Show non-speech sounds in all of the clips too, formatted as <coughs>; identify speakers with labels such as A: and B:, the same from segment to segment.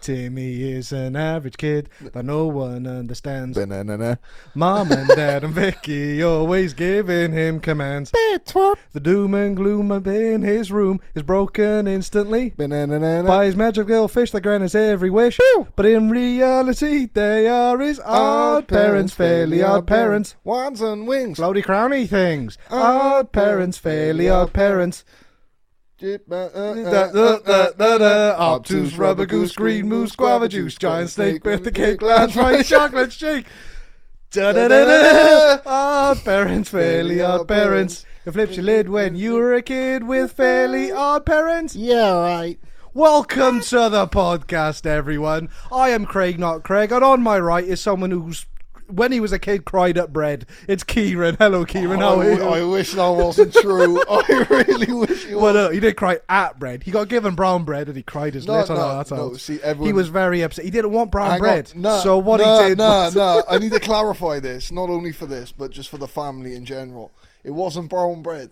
A: Timmy is an average kid that no one understands.
B: Banana.
A: Mom and Dad and Vicky always giving him commands. The doom and gloom in his room is broken instantly
B: Banana.
A: by his magical fish that grants every wish. But in reality, they are his odd parents, fairly odd parents.
B: Wands and wings.
A: Floaty crowny things.
B: Odd
A: Odd parents, fairly odd parents.
B: uh,
A: Da- da- da- da- da. Obtuse rubber goose, green moose, guava juice, giant snake, birthday cake, lounge <laughs> right, chocolate shake. Da da da da. Odd parents, fairly odd parents. You flipped your lid when you were a kid with fairly odd parents.
B: Yeah, right.
A: Welcome to the podcast, everyone. I am Craig, not Craig, and on my right is someone who's, when he was a kid, cried at bread. It's Kieran. Hello, Kieran. How are
B: I,
A: you?
B: I wish that wasn't true. <laughs> I really wish it
A: Well,
B: was.
A: no, he did cry at bread. He got given brown bread and he cried his
B: No,
A: lips on
B: no,
A: our
B: no, see, everyone-
A: He was very upset. He didn't want brown
B: Hang on.
A: bread.
B: No,
A: so what
B: no,
A: he did
B: No,
A: <laughs> was...
B: no, I need to clarify this, not only for this, but just for the family in general. It wasn't brown bread.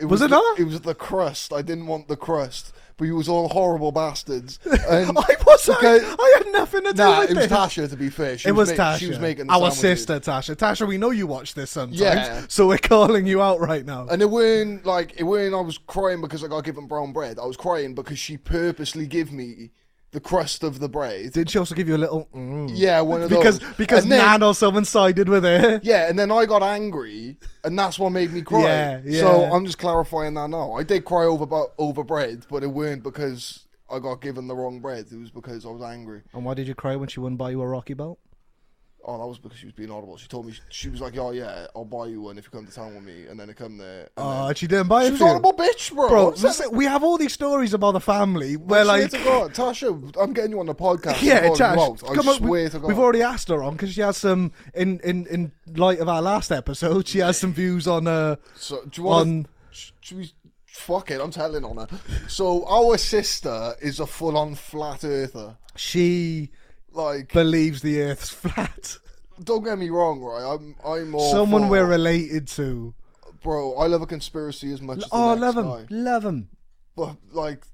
B: It
A: Was it
B: the-
A: not?
B: It was the crust. I didn't want the crust, but you was all horrible bastards.
A: <laughs>
B: And
A: I wasn't.
B: Okay.
A: I had nothing to do
B: <laughs> nah,
A: with
B: it was
A: this.
B: Tasha. To be fair, she
A: It was
B: ma-
A: Tasha.
B: She was making the
A: our
B: sandwiches.
A: sister Tasha. Tasha, we know you watch this sometimes,
B: Yeah. Uh,
A: so we're calling you out right now.
B: And it weren't like it weren't. I was crying because I got given brown bread. I was crying because she purposely gave me the crust of the bread.
A: Did she also give you a little? Mm.
B: yeah, one of
A: because
B: those.
A: because
B: And then-
A: Nan or someone sided with her.
B: Yeah, and then I got angry, and that's what
A: <laughs>
B: made me cry.
A: Yeah,
B: So
A: yeah.
B: I'm just clarifying that now. I did cry over bu- over bread, but it weren't because I got given the wrong bread. It was because I was angry.
A: And why did you cry when she wouldn't buy you a Rocky belt?
B: Oh, that was because she was being audible. She told me she was like, "Oh yeah, I'll buy you one if you come to town with me." And then I come there. And
A: Oh,
B: then-
A: and she didn't buy
B: she
A: it.
B: was
A: for you.
B: audible, bitch, bro.
A: bro.
B: What was that?
A: listen, we have all these stories about the family where
B: swear
A: like.
B: to God, Tasha, I'm getting you on
A: <laughs>
B: the podcast.
A: Yeah,
B: Oh,
A: Tash.
B: wow, I
A: come on,
B: swear
A: we,
B: to God.
A: have already asked her on because she has some in, in in light of our last episode. She has some views on uh
B: So, do you want
A: on-
B: to... Fuck it, I'm telling on her. So, our sister is a full-on flat earther.
A: she
B: Like,
A: believes the Earth's flat.
B: don't get me wrong, right? I'm, I'm all
A: Someone
B: for-
A: we're related to.
B: bro. I love a conspiracy as much as the
A: Oh,
B: next
A: love 'em. love
B: guy.
A: him, love him.
B: but like,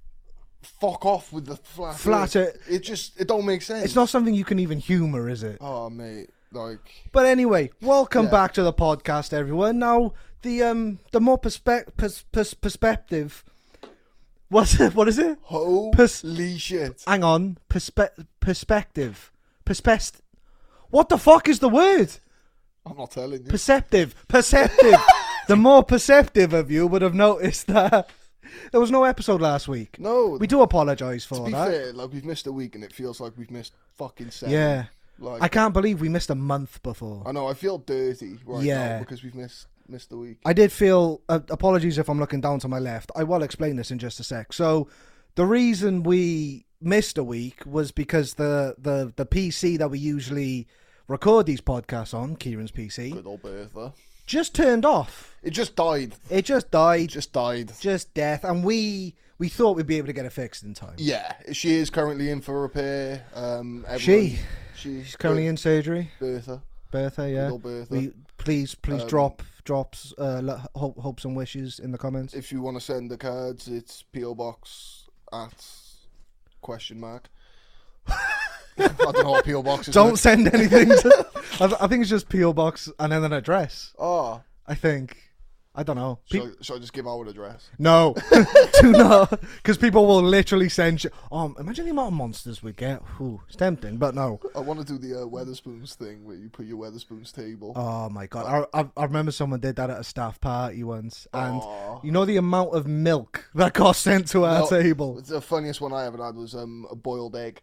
B: fuck off with the flat.
A: Flat
B: earth.
A: earth.
B: It just, it don't make sense.
A: It's not something you can even humor, is it?
B: Oh, mate, like.
A: But anyway, welcome
B: Yeah.
A: back to the podcast, everyone. Now the um the more perspe- pers- pers- perspective. What's <laughs> it? What is it?
B: Holy
A: Pers-
B: shit!
A: Hang on. Perspe- perspective. Perspest. What the fuck is the word?
B: I'm not telling you.
A: Perceptive. Perceptive.
B: <laughs>
A: the more perceptive of you would have noticed that there was no episode last week.
B: No,
A: We do apologise for
B: To be
A: that.
B: fair, like we've missed a week, and it feels like we've missed fucking seven.
A: Yeah.
B: Like
A: I can't believe we missed a month before.
B: I know I feel dirty right now
A: Yeah.
B: because we've missed missed the week.
A: I did feel uh, apologies if I'm looking down to my left. I will explain this in just a sec. So, the reason we missed a week was because the the the PC that we usually record these podcasts on, Kieran's PC,
B: Good old Bertha.
A: just turned off.
B: It just died.
A: It just died,
B: It just died.
A: just death, and we we thought we'd be able to get it fixed in time.
B: Yeah, she is currently in for repair. Um, everyone-
A: She-
B: she's
A: She's currently in surgery.
B: Bertha.
A: Bertha, yeah.
B: Good old Bertha. Um,
A: We, please, please drop drops uh, lo- ho- hopes and wishes in the comments.
B: If you want to send the cards, it's PO box at question mark. <laughs> I don't know what PO box is.
A: Don't
B: <laughs>
A: send anything. To, I, th- I think it's just PO box and then an address.
B: Oh,
A: I think. I don't know. Pe-
B: should, I, should I just give out an address? <laughs>
A: no, <laughs> do not, because people will literally send you. Um, imagine the amount of monsters we get. Ooh, it's tempting, but no.
B: I want to do the uh, Weatherspoons thing where you put your Weatherspoons table.
A: Oh my god! I, I, I remember someone did that at a staff party once, and
B: Aw.
A: you know the amount of milk that got sent to our
B: No,
A: table.
B: Oh, The funniest one I ever had was um, a boiled egg.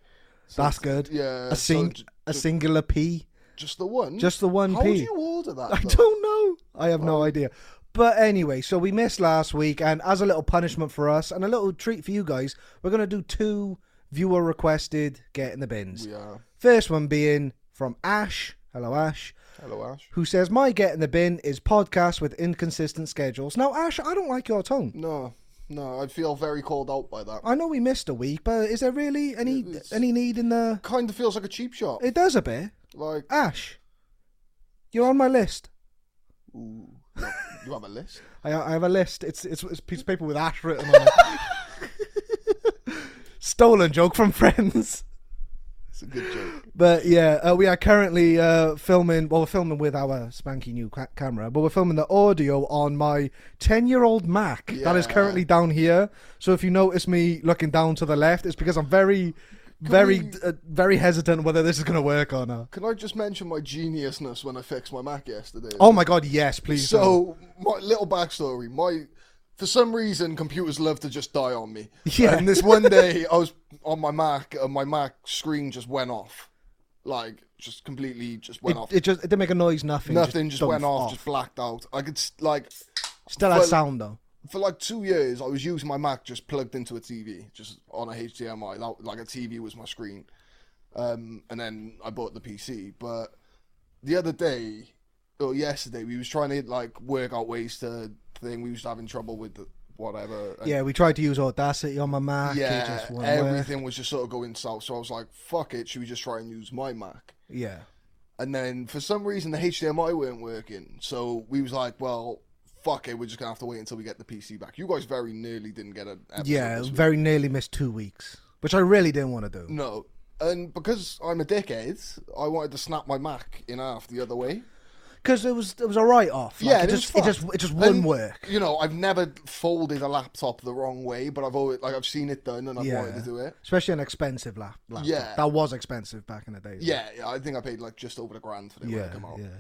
B: So
A: That's
B: it's-
A: good.
B: Yeah.
A: A sing,
B: uh, so j-
A: a singular p,
B: just the one.
A: just the one
B: How
A: p.
B: do you order that?
A: I <laughs>
B: though?
A: don't know. I have no idea. But anyway, so we missed last week, and as a little punishment for us and a little treat for you guys, we're going to do two viewer requested get in the bins.
B: Yeah.
A: First one being from Ash. Hello, Ash.
B: Hello, Ash.
A: Who says, My get in the bin is podcasts with inconsistent schedules. Now, Ash, I don't like your tone.
B: No, no, I feel very called out by that.
A: I know we missed a week, but is there really any
B: It's-
A: any need in the.
B: Kind of feels like a cheap shot.
A: It does a bit.
B: Like, <laughs>
A: Ash, you're on my list.
B: ooh, you have- you have a list. <laughs>
A: I, I have a list. It's, it's it's a piece of paper with ash written on it. S- stolen joke from friends.
B: It's a good joke.
A: But yeah, uh, we are currently uh, filming. Well, we're filming with our spanky new ca- camera, but we're filming the audio on my ten-year-old Mac that is
B: Yeah.
A: currently down here. So if you notice me looking down to the left, it's because I'm very, very,
B: we-
A: uh, very hesitant whether this is going to work or not.
B: Can I just mention my geniusness when I fixed my Mac yesterday?
A: Oh my god, yes, please. don't.
B: So my little backstory, my for some reason computers love to just die on me.
A: Yeah.
B: And this one day I was on my Mac and my Mac screen just went off. Like just completely just went off.
A: it, it just it didn't make a noise. Nothing.
B: Nothing just,
A: dumped
B: went off, just blacked out. I could s- like
A: Still has
B: well-
A: sound though.
B: for like two years I was using my Mac just plugged into a TV, just on a HDMI. That, like a TV was my screen. Um, and then I bought the PC. But the other day or yesterday we was trying to like work out ways to thing. We was having trouble with the, whatever. And
A: Yeah, we tried to use Audacity on my Mac.
B: yeah,
A: it just wouldn't work.
B: everything was just sort of going south. So I was like, fuck it, should we just try and use my Mac?
A: Yeah.
B: And then for some reason the HDMI weren't working. So we was like, well, fuck it, we're just gonna have to wait until we get the PC back. You guys very nearly didn't get an episode.
A: Yeah,
B: this week.
A: very nearly missed two weeks, which I really didn't want to do.
B: No. And because I'm a dickhead, I wanted to snap my Mac in half the other way.
A: because it was it was a write off.
B: Yeah,
A: it
B: it is
A: just it just
B: fucked.
A: it just wouldn't
B: And,
A: work.
B: You know, I've never folded a laptop the wrong way, but I've always like I've seen it done and I've
A: Yeah.
B: wanted to do it.
A: Especially an expensive lap, laptop.
B: Yeah.
A: that was expensive back in the day.
B: Yeah, yeah, I think I paid like just over a grand for it when
A: yeah,
B: it came out.
A: yeah.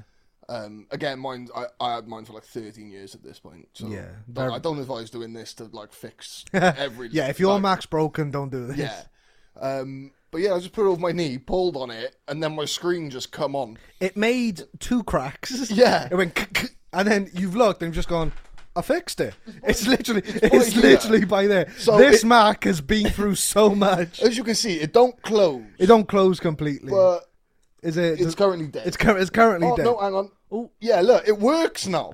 B: Um, again, mine I, I had mine for like 13 years at this point. So
A: Yeah,
B: don't-
A: they're-
B: I don't advise doing this to
A: <laughs>
B: like fix every.
A: Yeah, if your
B: like,
A: Mac's broken, don't do this.
B: Yeah. Um, but yeah, I just put it over my knee, pulled on it, and then my screen just come on.
A: it made two cracks.
B: <laughs> Yeah.
A: it went, k-k, and then you've looked and you've just gone. I fixed it. It's literally,
B: by
A: it's
B: here.
A: literally by there.
B: So
A: this
B: it-
A: Mac has been through so
B: <laughs>
A: much.
B: As you can see, it don't close,
A: It don't close completely.
B: but
A: Is it?
B: it's
A: It's,
B: currently dead.
A: it's, cur- it's currently
B: oh,
A: dead.
B: No, hang on.
A: Oh.
B: Yeah, look, it works now.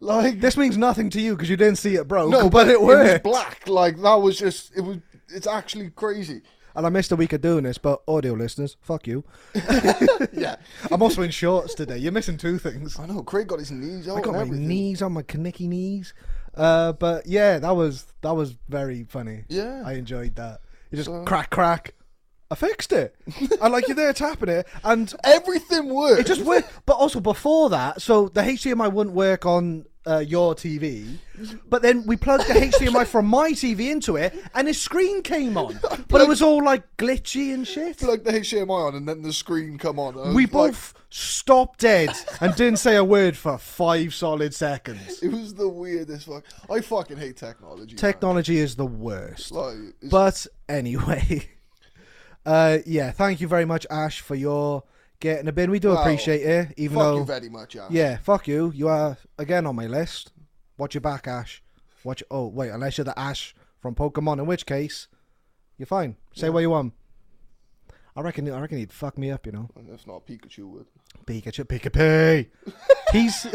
B: Like
A: this means nothing to you because you didn't see it broke.
B: no,
A: <laughs> but it
B: was
A: worked.
B: black. Like that was just it was. It's
A: <laughs>
B: actually crazy.
A: and I missed a week of doing this, but audio listeners, fuck
B: <laughs>
A: you.
B: Yeah,
A: I'm also in shorts today. You're missing two things.
B: I know. Craig got his knees out.
A: I got
B: and
A: my
B: everything.
A: knees on my knicky knees. Uh, but yeah, that was that was very funny.
B: Yeah.
A: I enjoyed that. You just crack crack. I fixed
B: <laughs>
A: it. I like you there tapping it, and
B: Everything worked.
A: it just worked. But also before that, so the HDMI wouldn't work on uh, your TV. But then we plugged the HDMI from my TV into it, and his screen came on. But it was all like glitchy and shit.
B: plugged the HDMI on, and then the screen come on. and I
A: We
B: was like-
A: both stopped dead and didn't say a word for five solid seconds.
B: it was the weirdest fuck. I fucking hate technology. man.
A: Technology is the worst.
B: Like, it's-
A: But anyway, <laughs> uh, yeah, thank you very much, Ash, for your getting a bin. We do appreciate it, even
B: fuck
A: though
B: you very much, yeah.
A: yeah, fuck you. You are again on my list. Watch your back, Ash. Watch. Oh wait, unless you're the Ash from Pokemon, in which case you're fine. Say what you want. I reckon. I reckon he'd fuck me up. You know.
B: And If not, Pikachu would. <laughs>
A: Pikachu, Pikachu. he's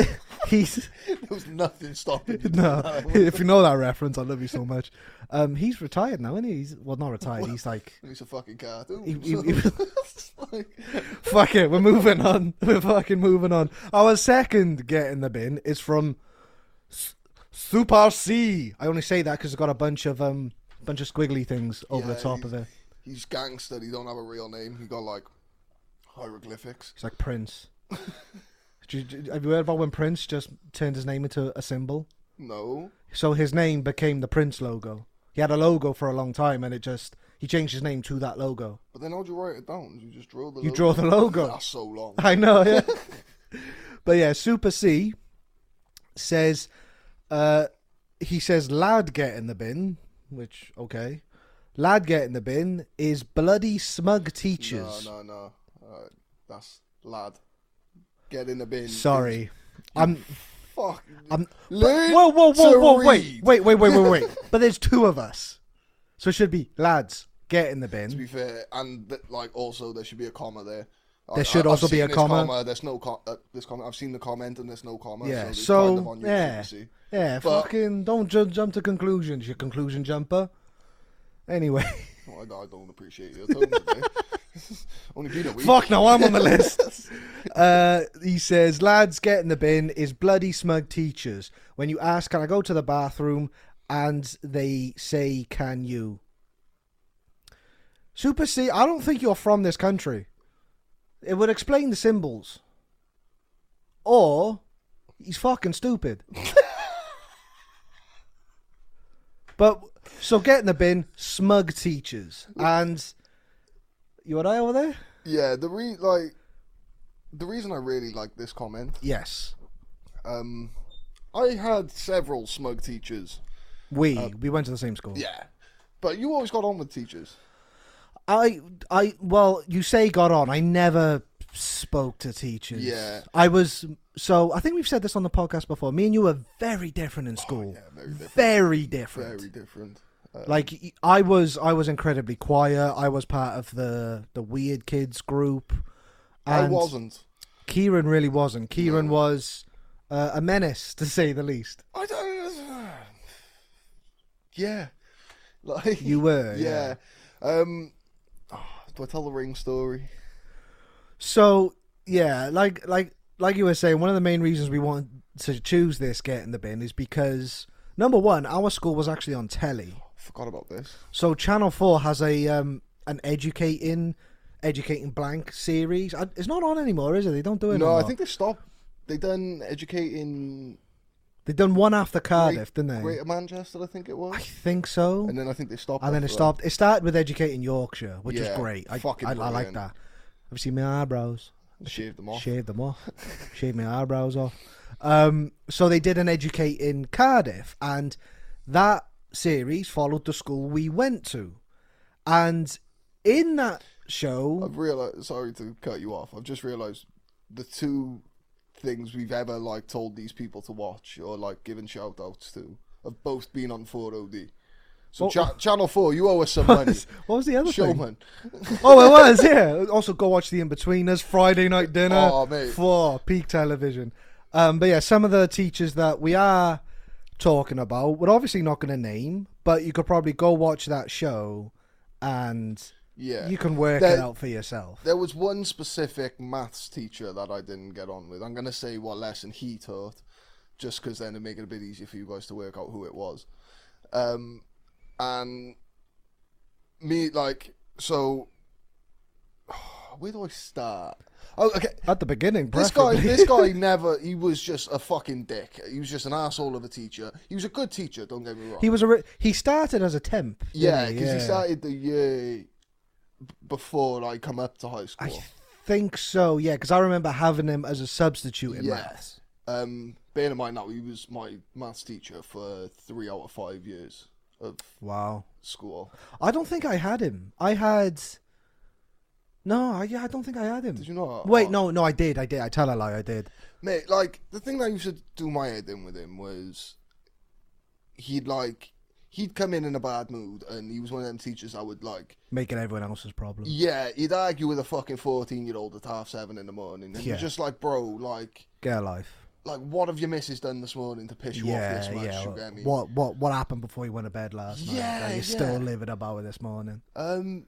A: he's
B: There was nothing stopping. you.
A: <laughs> no. If you know that reference, I love you so much. Um, he's retired now, isn't he? He's, well, not retired. He's like,
B: He's a fucking cartoon.
A: He-
B: <laughs>
A: he- he-
B: It's like-
A: fuck it, we're moving on. <laughs> We're fucking moving on. Our second get in the bin is from S- Super C. I only say that because it's got a bunch of um, bunch of squiggly things over
B: Yeah,
A: the top
B: he's-
A: of it.
B: He's gangster. He don't have a real name. He got like hieroglyphics.
A: It's like Prince. <laughs> Do you- do- Have you heard about when Prince just turned his name into a symbol?
B: No.
A: So his name became the Prince logo. He had a logo for a long time, and it just he changed his name to that logo.
B: But then how'd you write it down? You just draw the.
A: You draw the logo.
B: That's so long.
A: <laughs> I know, yeah. but yeah, Super C says, uh, he says, lad get in the bin, which okay, lad get in the bin is bloody smug
B: no,
A: teachers.
B: no, no. Uh, that's lad. Get in the bin.
A: Sorry, I'm
B: Fuck.
A: I'm
B: Learn
A: Whoa, whoa, whoa,
B: to
A: whoa, wait,
B: read.
A: wait, wait, wait, wait, wait.
B: <laughs>
A: but there's two of us. So it should be lads, get in the
B: To
A: bin.
B: be fair, and th- like also there should be a comma there.
A: There should also be
B: seen
A: a
B: this
A: comma.
B: There's no co- uh, this comment. I've seen the comment and there's no comma.
A: Yeah,
B: it's
A: so,
B: kind of on YouTube
A: yeah.
B: to see.
A: Yeah,
B: But-
A: fucking don't ju- jump to conclusions, you conclusion jumper. Anyway, <laughs>
B: Oh, I, I don't appreciate your tone today. <laughs> Only been a
A: <laughs>
B: week.
A: fuck no, I'm on the list. Uh, he says, lads, get in the bin is bloody smug teachers. When you ask, can I go to the bathroom? And they say, can you? Super C, I don't think you're from this country. It would explain the symbols. Or he's fucking stupid. but so get in the bin, smug teachers. And you and I over there?
B: Yeah, the re like the reason I really like this comment,
A: Yes.
B: um, I had several smug teachers.
A: We. we went to the same school.
B: Uh, Yeah, but you always got on with teachers.
A: I I well, you say got on. I never spoke to teachers.
B: Yeah.
A: I was so I think we've said this on the podcast before. Me and you were very different in school.
B: Oh, yeah, very
A: Very
B: different.
A: different.
B: Very different. Uh,
A: Like y- I was I was incredibly quiet. I was part of the the weird kids group.
B: I
A: and
B: wasn't.
A: Kieran really wasn't. Kieran was uh, a menace to say the least.
B: I don't. <sighs> Yeah, like
A: You
B: <laughs>
A: were.
B: Yeah. Um, <sighs> oh, do I tell the ring story?
A: So yeah, like like like you were saying, one of the main reasons we wanted to choose this get in the bin is because number one, our school was actually on telly.
B: Forgot about this.
A: So Channel Four has a um an educating educating blank series. I, it's not on anymore, is it? They don't do it.
B: No, I
A: anymore.
B: think they stopped. They done educating
A: they've done one after Cardiff,
B: Great-
A: didn't they?
B: Greater Manchester, I think it
A: I
B: was.
A: think so.
B: And then I think they stopped.
A: and then it
B: after that.
A: stopped. It started with educating Yorkshire, which
B: Yeah,
A: was great. I
B: fucking
A: I, I like
B: brilliant.
A: that. I've seen my eyebrows.
B: Shaved them off.
A: Shaved them off. <laughs> Shaved my eyebrows off. Um, so they did an educate in Cardiff, and that series followed the school we went to, and in that show,
B: I've realized. Sorry to cut you off. I've just realized the two things we've ever like told these people to watch or like given shout outs to have both been on 4OD. So cha- Channel 4, you owe
A: <laughs>
B: us some money.
A: what was the other thing? <laughs>
B: Showman.
A: Oh, it was yeah. Also, go watch the In Betweeners Friday night dinner
B: Oh, mate.
A: for peak television. Um, but yeah, some of the teachers that we are talking about, we're obviously not going to name, but you could probably go watch that show, and
B: Yeah.
A: you can work it
B: That-
A: out for yourself.
B: There was one specific maths teacher that I didn't get on with. I'm going to say what lesson he taught, just because then it make it a bit easier for you guys to work out who it was. Um, and me, like, so where do I start? Oh, okay.
A: At the beginning,
B: This guy,
A: preferably. <laughs>
B: this guy never. He was just a fucking dick. He was just an asshole of a teacher. He was a good teacher. Don't get me wrong.
A: he was a re- he started as a temp. didn't
B: yeah, because he
A: Yeah.
B: started the year b- before I come up to high school.
A: I think so. Yeah, because I remember having him as a substitute in
B: Yes.
A: maths.
B: Um, bearing in mind now he was my maths teacher for three out of five years of
A: Wow.
B: school.
A: I don't think I had him. I had. No, I, yeah, I don't think I had him.
B: Did you not?
A: Wait,
B: Oh.
A: no, no, I did, I did. I tell a lie, I did.
B: Mate, like the thing that used to do my head in with him was he'd like he'd come in in a bad mood, and he was one of them teachers I would like.
A: Making everyone else's problem.
B: Yeah, he'd argue with a fucking fourteen-year-old at half seven in the morning, and
A: Yeah.
B: you're just like, bro, like.
A: Get a life.
B: Like what have your missus done this morning to piss you off
A: Yeah,
B: this much?
A: yeah.
B: you get me?
A: What, what, what happened before you went to bed last night?
B: Yeah,
A: that you're
B: yeah.
A: still living about it this morning.
B: Um,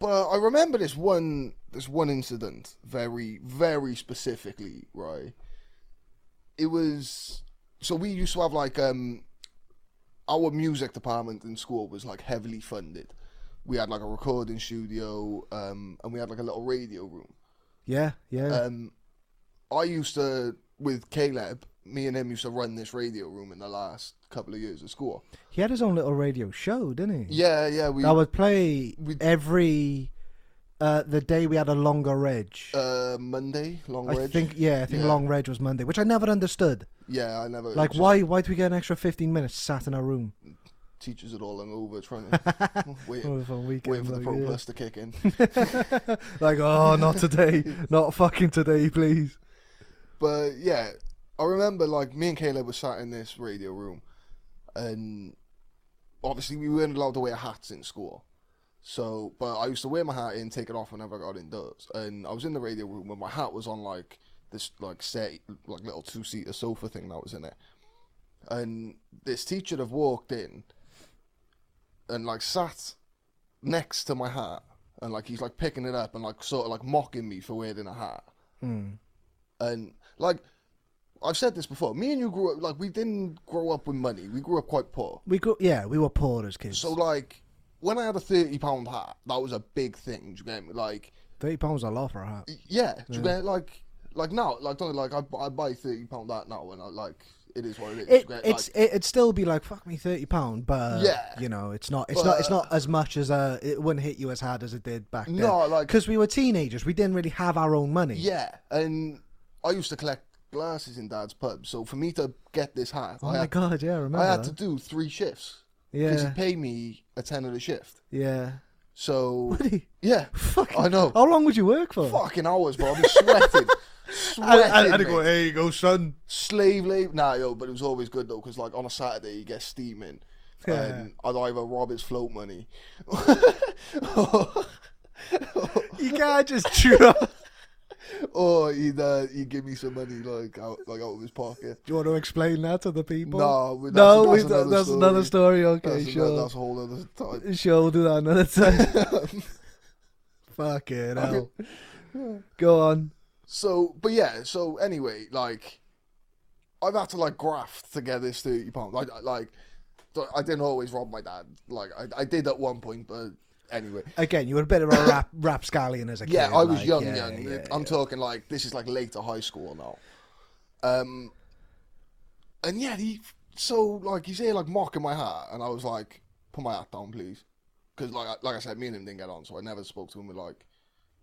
B: but I remember this one this one incident very very specifically, right? It was so we used to have like um our music department in school was like heavily funded. We had like a recording studio, um, and we had like a little radio room.
A: Yeah, yeah.
B: Um, I used to with Caleb, me and him used to run this radio room in the last couple of years of school.
A: he had his own little radio show, didn't he?
B: Yeah, yeah, we
A: I would play
B: Mm. we-
A: every uh, the day we had a longer reg.
B: uh Monday long
A: I
B: Ridge.
A: think yeah, I think
B: Yeah.
A: long reg was Monday, which I never understood.
B: Yeah, I never
A: Like,
B: just
A: why why do we get an extra fifteen minutes sat in our room
B: teachers it all and over
A: <laughs>
B: trying to wait,
A: over the weekend?
B: waiting for the
A: like,
B: pro
A: yeah.
B: plus to kick
A: <laughs>
B: in.
A: like, oh, not
B: <laughs>
A: today, not fucking today, please.
B: but yeah, I remember like me and Caleb were sat in this radio room, and obviously we weren't allowed to wear hats in school. So, but I used to wear my hat and take it off whenever I got indoors. And I was in the radio room when my hat was on like this like set like little two seater sofa thing that was in it. And this teacher had walked in and like sat next to my hat and like he's like picking it up and like sort of like mocking me for wearing a hat. And like I've said this before, me and you grew up like we didn't grow up with money. We grew up quite poor.
A: We grew, yeah, we were poor as kids.
B: So like when I had a thirty pound hat, that was a big thing. Do you get me? Like,
A: Thirty pounds a lot for a hat.
B: yeah, do you get like, like now, like don't like I, bu- I buy thirty pound hat now, and I like it is what it is. do you
A: It,
B: get,
A: it's
B: like,
A: it, it'd still be like fuck me thirty pound, but
B: Yeah.
A: you know it's not it's not it's not as much as uh it wouldn't hit you as hard as it did back then.
B: No, like-
A: because we were teenagers, we didn't really have our own money.
B: yeah, and I used to collect glasses in Dad's pub, so for me to get this hat,
A: Oh
B: I
A: my
B: had,
A: god, yeah, I remember
B: I had to
A: that.
B: do three shifts because
A: yeah,
B: he paid me a ten at a shift.
A: yeah.
B: So
A: What he?
B: yeah,
A: <laughs> Fuck.
B: I know.
A: How long would you work for?
B: fucking hours, bro. I'm sweating.
A: I,
B: sweating.
A: I, I'd
B: mate.
A: go, here you go,
B: <laughs>
A: son.
B: slave labor. Nah, yo, but it was always good though, because like on a Saturday you get steaming, and I'd either rob his float money, <laughs> or,
A: You can't just chew up.
B: or he'd uh, he'd give me some money like out like out of his pocket.
A: Do you want to explain that to the people?
B: No, we-
A: no,
B: that's-
A: we-
B: that's another
A: that's
B: story.
A: another story. Okay,
B: That's,
A: sure.
B: another, that's a whole other time.
A: Sure, we'll do that
B: <laughs>
A: another time. Fucking hell. Go
B: <laughs>
A: on.
B: So, but yeah. So anyway, like I've had to like graft to get this thirty pound. Like, like I didn't always rob my dad. Like I, I did at one point, but anyway.
A: Again, you were a bit of a rap rapscallion as a kid.
B: Yeah, I was
A: like,
B: young,
A: yeah,
B: young.
A: yeah,
B: I'm talking like this is like later high school now. Um, and yeah, he so like he's here like mocking my hat, and I was like, put my hat down, please, because like I- like I said, me and him didn't get on, so I never spoke to him with like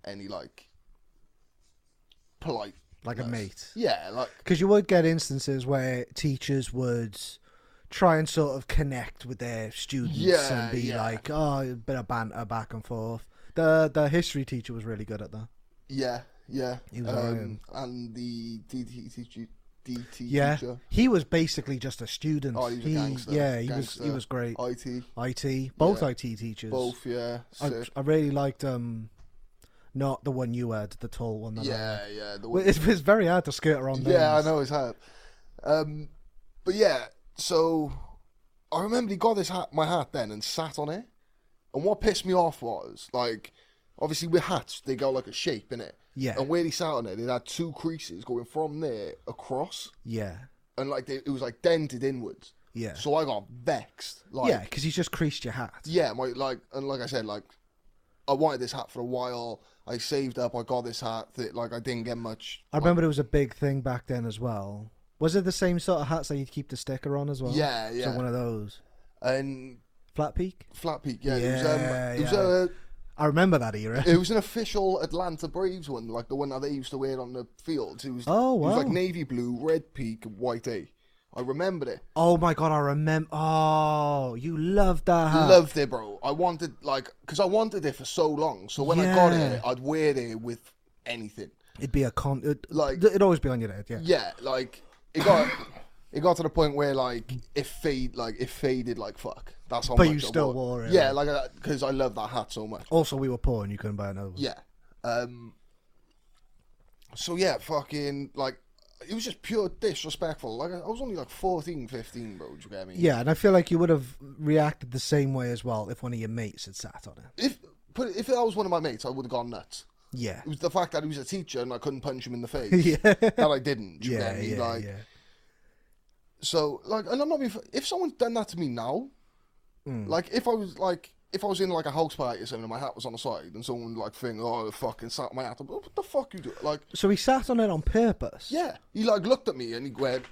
B: any like polite.
A: like a mate.
B: Yeah, like
A: Because you would get instances where teachers would try and sort of connect with their students
B: Yeah,
A: and be
B: yeah.
A: like, oh, a bit of banter back and forth. The the history teacher was really good at that.
B: yeah, yeah.
A: He was
B: Um, and the DT teacher, DT
A: Yeah,
B: teacher.
A: he was basically just a student.
B: Oh, he was a
A: He-
B: gangster.
A: Yeah, he was.
B: gangster.
A: He was great.
B: IT,
A: IT, both
B: Yeah.
A: IT teachers.
B: both, yeah.
A: I,
B: sick.
A: I really liked um, not the one you had, the tall one. That I had.
B: yeah, yeah. The
A: Well, It's, it's very hard to skirt around.
B: Yeah, I
A: names.
B: know his hat. Um, but yeah, so I remember he got this hat, my hat then, and sat on it. And what pissed me off was like, obviously with hats they go like a shape in it.
A: Yeah.
B: And where he sat on it, it had two creases going from there across,
A: Yeah,
B: and like they, it was like dented inwards.
A: yeah,
B: So I got vexed. Like,
A: yeah, because he's just creased your hat.
B: yeah, my like, and like I said, like, I wanted this hat for a while. I saved up. I got this hat. That like I didn't get much
A: I remember it was a big thing back then as well. Was it the same sort of hats that you'd keep the sticker on as well?
B: Yeah, yeah.
A: So one of those
B: and
A: flat peak.
B: Flat Peak, yeah. it was, um,
A: Yeah,
B: it, was
A: yeah.
B: uh
A: I remember that era.
B: it was an official Atlanta Braves one, like the one that they used to wear on the fields. It was,
A: Oh,
B: it was like
A: wow.
B: navy blue, red peak, and white A. I remembered it.
A: oh my god, I remember. Oh, you loved that hat.
B: Loved it, bro. I wanted, like, because I wanted it for so long. So when I got
A: Yeah.
B: it, I'd wear it with anything.
A: It'd be a con. It, like
B: Like-
A: it'd always be on your head. Yeah.
B: Yeah, like, it got. It got to the point where like it fade, like it faded, like fuck. That's how
A: But
B: much
A: you
B: I
A: still
B: want.
A: wore it,
B: Yeah, like because I love that hat so much.
A: Also, we were poor and you couldn't buy another. one.
B: Yeah. Um. So yeah, fucking like it was just pure disrespectful. Like I I was only like 14, 15, bro. Do you get me?
A: Yeah, and I feel like you would have reacted the same way as well if one of your mates had sat on it.
B: If put it- if that was one of my mates, I would have gone nuts.
A: Yeah.
B: It was the fact that he was a teacher and I couldn't punch
A: <laughs>
B: him in the face.
A: Yeah.
B: That I didn't. Do you
A: Yeah,
B: get me?
A: yeah,
B: like
A: yeah.
B: so, like, and I'm not. being fu- If someone's done that to me now,
A: Hmm.
B: like if I was like. If I was in like a house party or something and my hat was on the side and someone like think, oh fucking sat my hat, I'm like, what the fuck you do? Like,
A: So he sat on it on purpose.
B: Yeah. He like looked at me and he went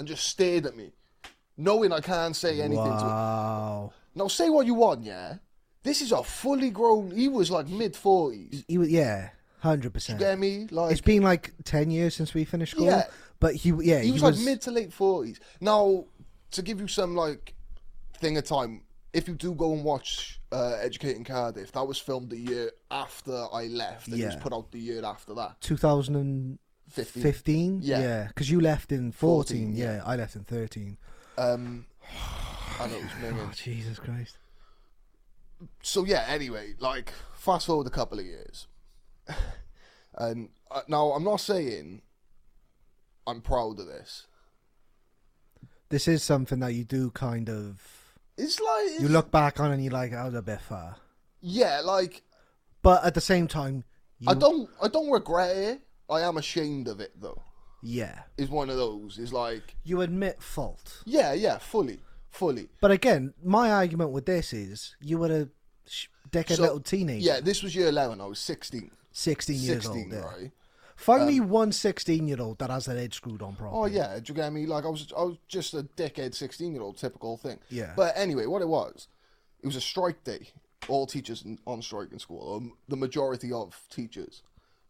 B: and just stared at me, knowing I can't say anything to him.
A: Wow.
B: Now say what you want, yeah. This is a fully grown. He was like mid forties.
A: He was yeah, hundred percent.
B: Get me? Like
A: It's been like ten years since we finished school.
B: Yeah.
A: But he yeah
B: he was like mid to late forties. Now to give you some like thing of time, if you do go and watch uh, Educating Cardiff, that was filmed the year after I left, and it was
A: Yeah.
B: put out the year after that. 15.
A: 2015
B: Yeah.
A: yeah because you left in 14,
B: 14,
A: yeah. i left in 13
B: Um, <sighs> I know it was minging.
A: oh jesus christ
B: so yeah, anyway, like fast forward a couple of years, <laughs> and uh, now I'm not saying I'm proud of this.
A: this is something that you do kind of
B: It's like it's-
A: you look back on and you're like that was a bit far
B: yeah, like
A: but at the same time you,
B: I don't, I don't regret it. I am ashamed of it though.
A: yeah
B: Is one of those. Is like
A: you admit fault
B: yeah, yeah, fully. fully.
A: But again, my argument with this is you were a sh- decade
B: So-
A: little teenager,
B: Yeah, this was year 11. I was 16.
A: 16 years
B: 16,
A: old. Yeah.
B: right? Um,
A: Find me one 16 year old that has their head screwed on properly.
B: Oh yeah, do you get me? Like I was, I was just a dickhead sixteen-year-old, typical thing.
A: Yeah.
B: But anyway, what it was, it was a strike day. All teachers n- on strike in school, um, the majority of teachers.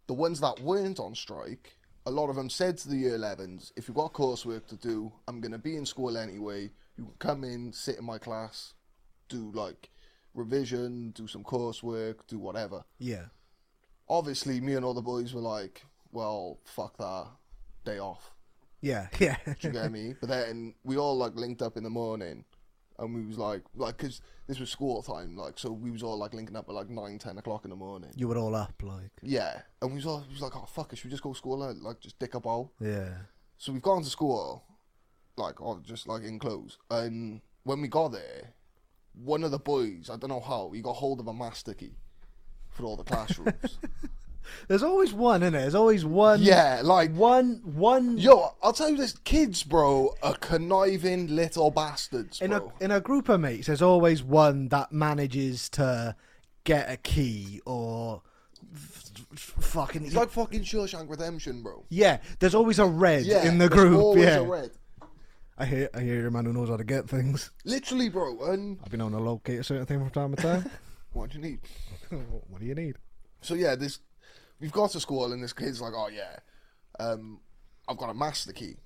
B: The ones that weren't on strike, a lot of them said to the year 11s, "If you've got coursework to do, I'm going to be in school anyway. You can come in, sit in my class, do like revision, do some coursework, do whatever."
A: Yeah.
B: Obviously, me and all the boys were like, "Well, fuck that, day off."
A: Yeah. Yeah. <laughs>
B: Do you get me? But then we all like linked up in the morning, and we was like, like, cause this was school time, like, so we was all like linking up at like nine, ten o'clock in the morning.
A: you were all up, like.
B: Yeah, and we was all we was like, oh fuck, it, should we just go to school and like just dick a ball?
A: Yeah.
B: So we've gone to school, like, or just like in clothes. And when we got there, one of the boys, I don't know how, he got hold of a master key for all
A: <laughs>
B: the classrooms.
A: There's always one, is There's always one.
B: yeah, like.
A: One. One.
B: Yo, I'll tell you this, kids, bro, are conniving little bastards,
A: in a
B: bro.
A: in a group of mates, there's always one that manages to get a key or f- f- fucking
B: It's like fucking Shawshank Redemption, bro.
A: yeah. There's always a red
B: Yeah,
A: in the
B: there's
A: group.
B: Always
A: Yeah,
B: a red.
A: I hear I hear a man who knows how to get things.
B: Literally, bro. And
A: I've been on a locate a certain thing from time to time.
B: <laughs> what do you need?
A: what do you need?
B: So yeah, this we've got to school, and this kid's like, "Oh yeah, um, I've got a master key."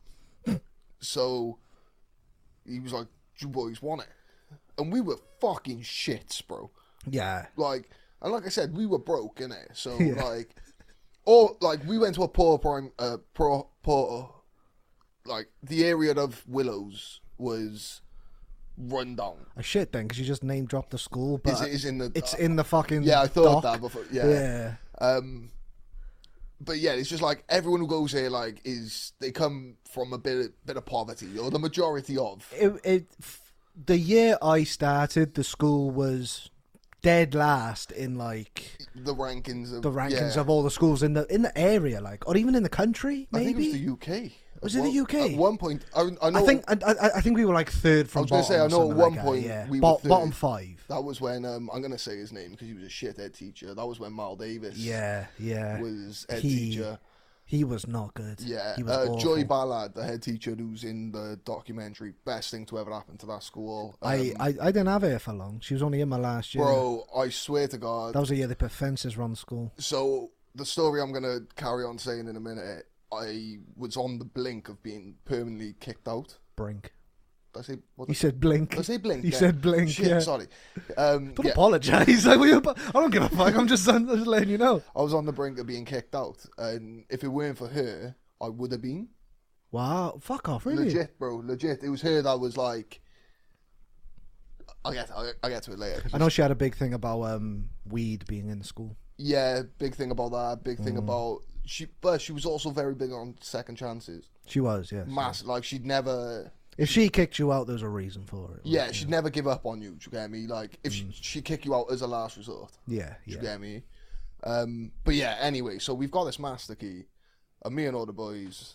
B: so he was like, "Do you boys want it?" And we were fucking shits, bro.
A: Yeah,
B: Like, and like I said, we were broke, innit? So
A: <laughs> Yeah.
B: like, or like we went to a poor prime, uh, poor, poor, like the area of Willows was run down.
A: a shit then because you just name dropped the school, but
B: Is it is in the?
A: Uh,
B: uh,
A: it's in the fucking
B: yeah, I
A: dock.
B: thought that before.
A: Yeah.
B: Yeah. Um, but yeah, it's just like everyone who goes here, like, is they come from a bit bit of poverty or the majority of.
A: it, it f- the year I started, the school was dead last in like
B: The rankings of
A: the rankings
B: yeah.
A: of all the schools in the in the area, like, or even in the country.
B: I
A: Maybe
B: think it was the UK.
A: Was
B: At
A: it the
B: one-
A: UK?
B: At one point, I, I know
A: I think I, I, I think we were like third from.
B: was gonna say,
A: bottom
B: I
A: or
B: know at
A: something
B: one
A: like that,
B: point
A: yeah.
B: we were
A: Bo-
B: third.
A: bottom five.
B: that was when um, I'm gonna say his name because he was a shit head teacher. That was when Mal Davis
A: Yeah, yeah.
B: was head
A: He-
B: teacher.
A: He was not good.
B: Yeah,
A: he was
B: uh,
A: awful.
B: Joy Ballard, the head teacher who's in the documentary, best thing to ever happen to that school.
A: I,
B: Um,
A: I, I didn't have her for long. She was only in my last year.
B: bro, I swear to God,
A: That was the year they put fences around the school.
B: so the story I'm gonna carry on saying in a minute, I was on the blink of being permanently kicked out.
A: Blink.
B: Did I say what?
A: You
B: Did
A: said blink.
B: I say blink?
A: You
B: Yeah.
A: said blink.
B: Shit,
A: yeah.
B: sorry. Um,
A: Don't
B: yeah,
A: apologise. <laughs> Like, will you apo- I don't give a fuck. I'm just, I'm just letting you know.
B: I was on the brink of being kicked out, and if it weren't for her, I would have been
A: Wow. Fuck off. Really.
B: legit, bro, legit. It was her that was like, I get, I, I get to it later.
A: I know she had a big thing about um weed being in the school.
B: Yeah, big thing about that. Big
A: Mm.
B: thing about she, but she was also very big on second chances.
A: She was. Yeah.
B: Mass, like she'd never
A: If she kicked you out, there was a reason for it.
B: Yeah, she'd never give up on you. Do you get me? Like, if she, she'd kick you out as a last resort.
A: Yeah.
B: Do
A: Mm. Yeah.
B: you get me? Um, but yeah, anyway, so we've got this master key, and me and all the boys,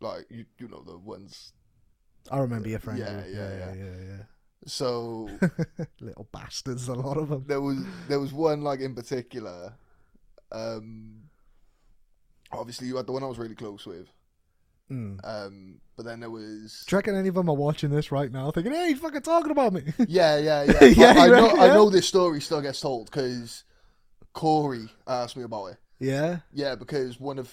B: like, you, you know, the ones.
A: I remember your friend.
B: Yeah,
A: group.
B: yeah,
A: yeah, yeah,
B: So
A: yeah. <laughs> Little bastards, a lot of them.
B: there was there was one like in particular. Um, obviously, you had the one I was really close with.
A: Mm.
B: Um, but then there was
A: Do you reckon any of them are watching this right now, thinking, "Hey, you fucking talking about me"? <laughs>
B: yeah, yeah, yeah.
A: Yeah,
B: I, I
A: you
B: know,
A: reckon,
B: I
A: yeah?
B: know this story still gets told because Corey asked me about it.
A: yeah.
B: Yeah, because one of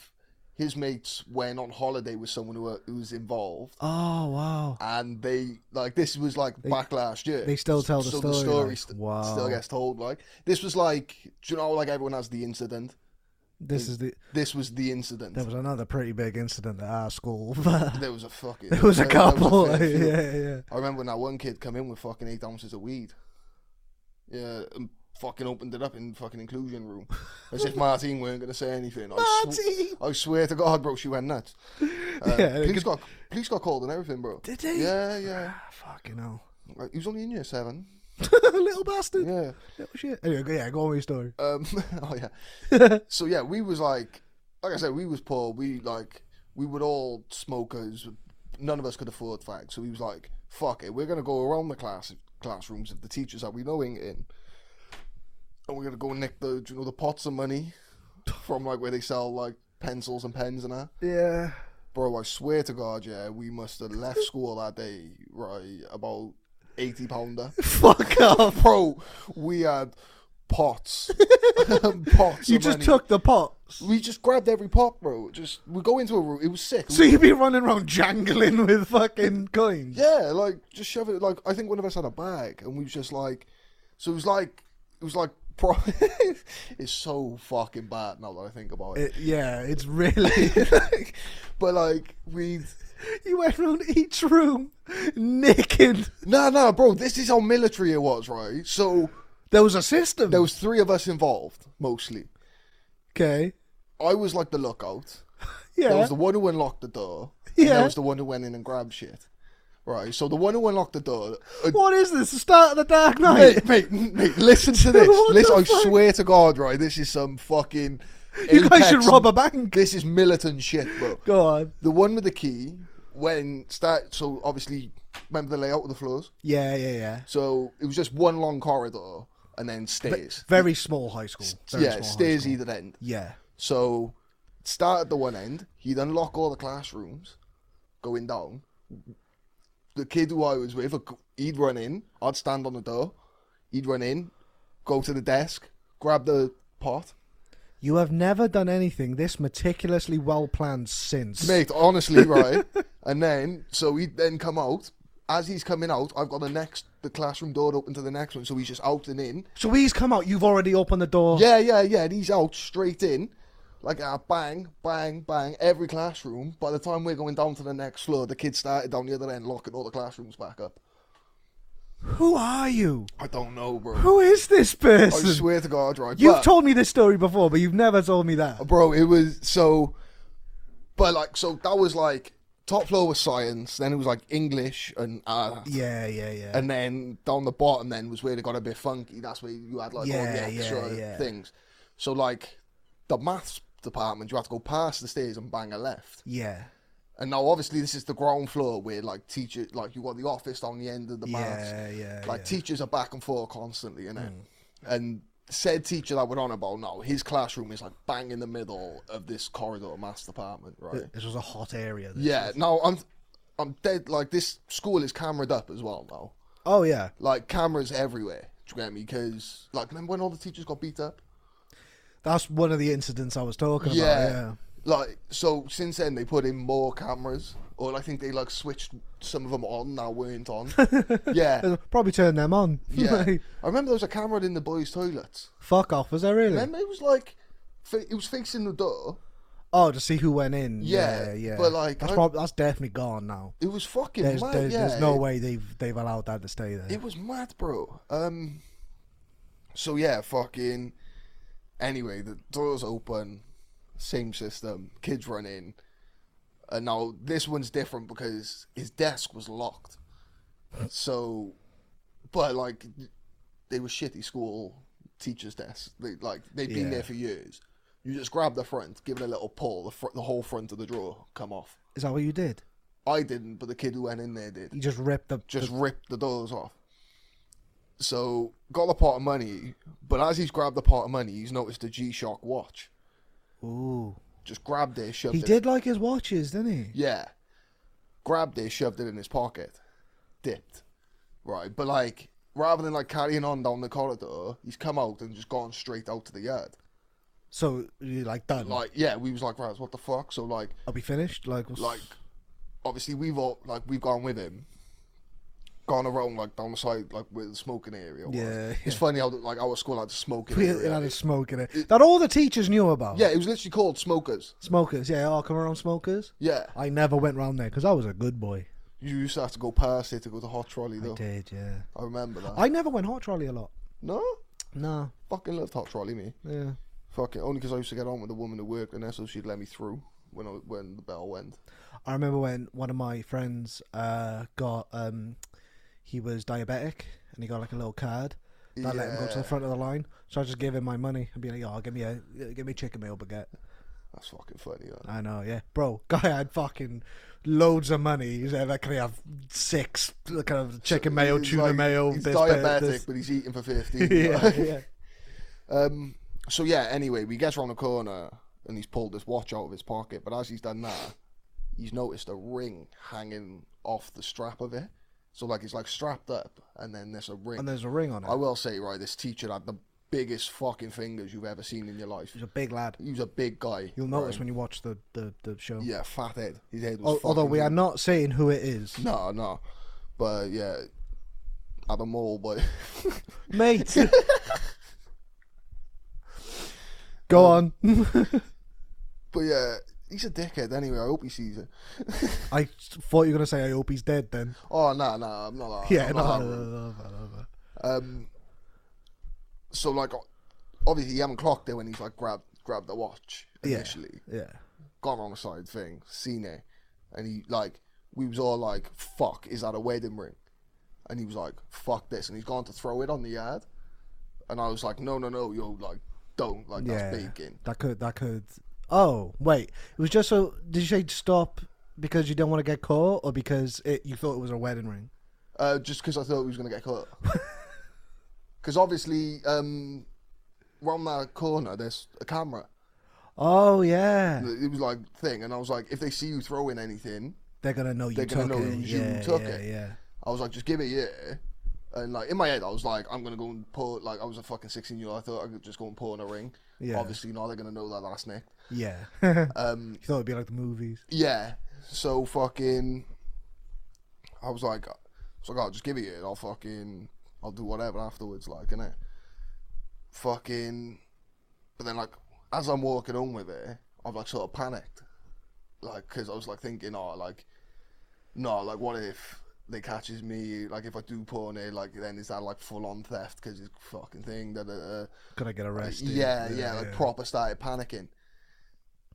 B: his mates went on holiday with someone who, were, who was involved,
A: Oh wow.
B: and they like this was like back last year.
A: They still tell the
B: so
A: story.
B: The story
A: like,
B: st-
A: wow.
B: still gets told. Like this was like, do you know, like everyone has the incident.
A: this is the.
B: This was the incident.
A: There was another pretty big incident at our school. <laughs> But
B: There was a fucking.
A: it was a
B: there was
A: couple.
B: fair
A: <laughs>
B: few.
A: yeah, yeah.
B: I remember when that one kid come in with fucking eight ounces of weed. Yeah, and fucking opened it up in fucking inclusion room, as if Martine weren't gonna say anything. I, sw-
A: Martine!
B: I swear to God, bro, she went nuts. Uh,
A: <laughs> Yeah,
B: police
A: because-
B: got police got called and everything, bro.
A: Did he?
B: Yeah, yeah.
A: Ah, fucking hell. <laughs>
B: Like, he was only in year seven.
A: Little bastard.
B: Yeah.
A: Little shit. Anyway, go- yeah, go on with your story.
B: Um. <laughs> oh yeah. so yeah, we was like, like I said, we was poor. We like we would all smokers, none of us could afford fags. So he was like, "Fuck it, we're gonna go around the class classrooms of the teachers that we know ain't in, and we're gonna go nick the you know the pots of money from like where they sell like pencils and pens and that."
A: Yeah.
B: Bro, I swear to God, yeah, we must have left school that day, right? About eighty pounder.
A: <laughs> Fuck off.
B: Bro, we had pots, pots.
A: <laughs> You
B: of
A: just
B: money.
A: took the pot. <laughs>
B: We just grabbed every pot, bro. Just we go into a room. It was sick.
A: So you'd be running around jangling with fucking coins.
B: Yeah, like just shove it. Like I think one of us had a bag, and we was just like, so it was like it was like pro- <laughs> it's so fucking bad now that I think about it.
A: It- yeah, it's really. <laughs>
B: but like we,
A: you went around each room naked.
B: no, no, bro, this is how military it was, right? So
A: There was a system.
B: there was three of us involved mostly.
A: okay.
B: I was like the lookout. There
A: Yeah.
B: was the one who unlocked the door. And
A: Yeah.
B: there was the one who went in and grabbed shit. Right. So the one who unlocked the door. uh,
A: what is this? The start of the <laughs> Dark Knight.
B: mate, mate, mate, listen
A: <laughs>
B: to this.
A: What the
B: listen, I
A: fuck?
B: swear to God, right? This is some fucking.
A: you guys should
B: Apex-
A: rob a bank.
B: This is militant shit, bro.
A: Go on.
B: The one with the key, when start. So obviously, remember the layout of the floors?
A: Yeah, yeah, yeah.
B: So it was just one long corridor and then stairs.
A: Very small high school. Very
B: yeah,
A: small high
B: stairs e-
A: school.
B: either end.
A: Yeah.
B: So, start at the one end. He'd unlock all the classrooms, going down. The kid who I was with, he'd run in. I'd stand on the door. He'd run in, go to the desk, grab the pot.
A: You have never done anything this meticulously well planned since.
B: Mate, honestly, right? and then, so he'd then come out. As he's coming out, I've got the next, the classroom door open to the next one. So he's just out and in.
A: So he's come out. You've already opened the door.
B: Yeah, yeah, yeah. And he's out straight in, like a bang, bang, bang, every classroom. By the time we're going down to the next floor, the kids started down the other end, locking all the classrooms back up.
A: Who are you?
B: I don't know, bro.
A: Who is this
B: I
A: person?
B: swear to God, right?
A: You've
B: Oh, but- Oh,
A: told me this story before, but you've never told me that.
B: bro. It was so, but like, so that was like top floor was science. Then it was like English and art.
A: Yeah, yeah, yeah.
B: And then down the bottom, then was where they got a bit funky. That's where you had like all
A: Yeah,
B: the
A: yeah,
B: extra
A: yeah.
B: things. So like, the maths department, you have to go past the stairs and bang a left.
A: yeah.
B: And now, obviously, this is the ground floor where, like, teacher, like, you got the office down the end of the maths.
A: Yeah, yeah, Mm.
B: Like, teachers are back and forth constantly, innit? And said teacher that we're on about now, his classroom is like bang in the middle of this corridor maths department, right?
A: This was a hot area. this.
B: Yeah. Now I'm, I'm dead. Like, this school is camered up as well now.
A: Oh yeah.
B: Like, cameras everywhere. Do you get me? Because, like, remember when all the teachers got beat up?
A: That's one of the incidents I was talking
B: yeah.
A: about. Yeah.
B: Like so, since then they put in more cameras, or I think they like switched some of them on that
A: <laughs>
B: weren't on. yeah,
A: They'll Probably turn them on. <laughs>
B: yeah.
A: Like,
B: I remember there was a camera in the boys' toilets.
A: Fuck off. Was there really?
B: Remember it was like, fa- it was facing the door.
A: Oh, to see who went in. Yeah,
B: Yeah,
A: yeah.
B: but, like,
A: that's
B: I-
A: prob- that's definitely gone now.
B: It was fucking
A: There's
B: mad.
A: there-
B: yeah,
A: there's no
B: it,
A: way they've they've allowed that to stay there.
B: It was mad, bro. Um. So yeah, fucking. Anyway, the doors open, same system. Kids run in, and now this one's different because his desk was locked. So, but like, they were shitty school teachers' desks. They like they'd been
A: Yeah.
B: there for years. You just grab the front, give it a little pull. The front, the whole front of the drawer come off.
A: Is that what you did?
B: I didn't, but the kid who went in there did
A: You just ripped the
B: just ripped the doors off. So got the pot of money, but as he's grabbed the pot of money, he's noticed a G-Shock watch.
A: Ooh.
B: Just grabbed it, shoved
A: He
B: it.
A: did like his watches, didn't he?
B: Yeah, grabbed it, shoved it in his pocket, dipped. Right, but like rather than like carrying on down the corridor, he's come out and just gone straight out to the yard.
A: So you like done.
B: Like yeah, we was like, right, what the fuck? So like
A: I'll be finished. Like, what's- <laughs>
B: like obviously we've all like we've gone with him gone around like down the side like with the smoking area or
A: Yeah,
B: whatever. it's funny how like our school had a smoking
A: it
B: area
A: had a smoke in it. That all the teachers knew about.
B: yeah it was literally called smokers
A: Smokers, yeah. I'll come around smokers.
B: yeah
A: I never went round there because I was a good boy.
B: you used to have to go past it to go to hot trolley though I,
A: Did yeah.
B: remember that
A: I never went hot trolley a lot.
B: no
A: No.
B: fucking loved hot trolley me
A: Yeah.
B: fuck it only because I used to get on with the woman who worked in there so she'd let me through when I, when the bell went
A: I remember when one of my friends uh, got um, he was diabetic and he got like a little card that let him go to
B: Yeah.
A: the front of the line. So I just gave him my money and be like, "Oh, give me a give me a chicken meal baguette."
B: That's fucking funny. Man.
A: I know, yeah, bro. <laughs> Guy had fucking loads of money. He's had like, can I have six kind of chicken mayo,
B: He's
A: tuna
B: like-
A: mayo?
B: He's
A: this, bit,
B: diabetic, <laughs>
A: this. <laughs>
B: but he's eating for fifty.
A: yeah, yeah.
B: Um, so yeah, anyway, we gets round the corner and he's pulled this watch out of his pocket. But as he's done that, he's noticed a ring hanging off the strap of it. So like it's like strapped up, and then there's a ring.
A: And there's a ring on it.
B: I will say, right, this teacher had the biggest fucking fingers you've ever seen in your life.
A: He's a big lad.
B: He was a big guy.
A: You'll notice when you watch the the, the show.
B: right? yeah, fat head. His head was.
A: Al- Although
B: fucking
A: we are not saying who it is,
B: No, no, but yeah, at the mall, but <laughs>
A: <laughs> mate. Go on. <laughs>
B: but yeah, he's a dickhead anyway. I hope he sees it. <laughs>
A: I thought you were gonna say I hope he's dead then. Oh,
B: Oh no, no, I'm not.
A: <laughs>
B: that-
A: Yeah,
B: I'm
A: no,
B: not
A: no,
B: that
A: no,
B: rude.
A: no, no, no, no.
B: Um, so like, o- obviously, he haven't clocked it when he's like grabbed grabbed the watch
A: Yeah.
B: initially.
A: Yeah.
B: Gone on the side thing, seen it, and he like we was all like, "Fuck, is that a wedding ring?" And he was like, "Fuck this," and he's gone to throw it on the yard, and I was like, "No, no, no, yo, like, don't like that's
A: yeah.
B: baking."
A: That could that could Oh, wait. It was just so did you say stop because you don't want to get caught or because it you thought it was a wedding ring?
B: Uh, just because I thought he was going to
A: <laughs>
B: get caught. Because obviously, um, round that corner, there's a camera.
A: Oh yeah.
B: It was like thing, and I was like, if they see you throwing anything,
A: They're gonna know you
B: They're gonna
A: took
B: know
A: it.
B: you
A: yeah,
B: took
A: yeah,
B: it.
A: yeah.
B: I was like, just give it a year. And like in my head, I was like, I'm gonna go and put like I was a fucking 16 year old. I thought I could just go and put on a ring.
A: Yeah.
B: Obviously, now they're gonna know that that's nicked.
A: Yeah. <laughs> you
B: Um,
A: thought it'd be like the movies.
B: yeah. So fucking, I was like, uh, I was like, I'll just give it a year. I'll fucking, I'll do whatever afterwards. Like, innit? Fucking. But then like, as I'm walking on with it, I've like sort of panicked, like because I was like thinking, oh, like no, like what if they catches me? Like if I do porn it, like then is that like full on theft because it's fucking thing that uh,
A: Could I get arrested?
B: yeah, yeah, like proper started panicking.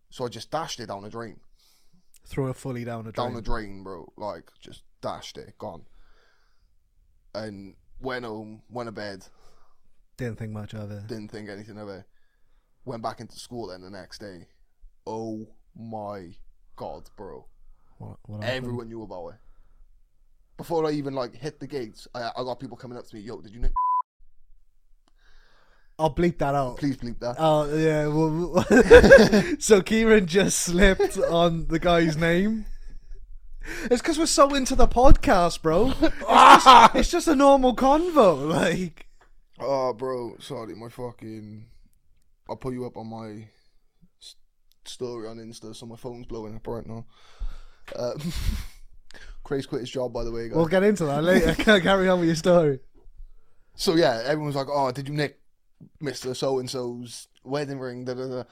B: So I just dashed it down the drain,
A: Threw her fully down the drain.
B: down the drain, bro. Like just dashed it, gone. And went home, went to bed,
A: Didn't think much of it.
B: didn't think anything of it. Went back into school then the next day. Oh my god, bro!
A: What, what happened?
B: Everyone knew about it. Before I even like hit the gates, I, I got people coming up to me. Yo, did you know?
A: I'll bleep that out.
B: Please bleep that.
A: <laughs> Oh yeah. Well,
B: <laughs>
A: well- so Kieran just slipped on the guy's name. It's because we're so into the podcast,
B: <laughs>
A: bro. It's just, it's just a normal convo, like.
B: Oh, bro, sorry, my fucking. I'll put you up on my s- story on Insta, so my phone's blowing up right now. Uh, <laughs> Craze quit his job, by the way, guys.
A: We'll get into that later. <laughs> Carry on with your story.
B: So yeah, everyone's like, "Oh, did you nick Mister So and So's wedding ring?" Da, da, da.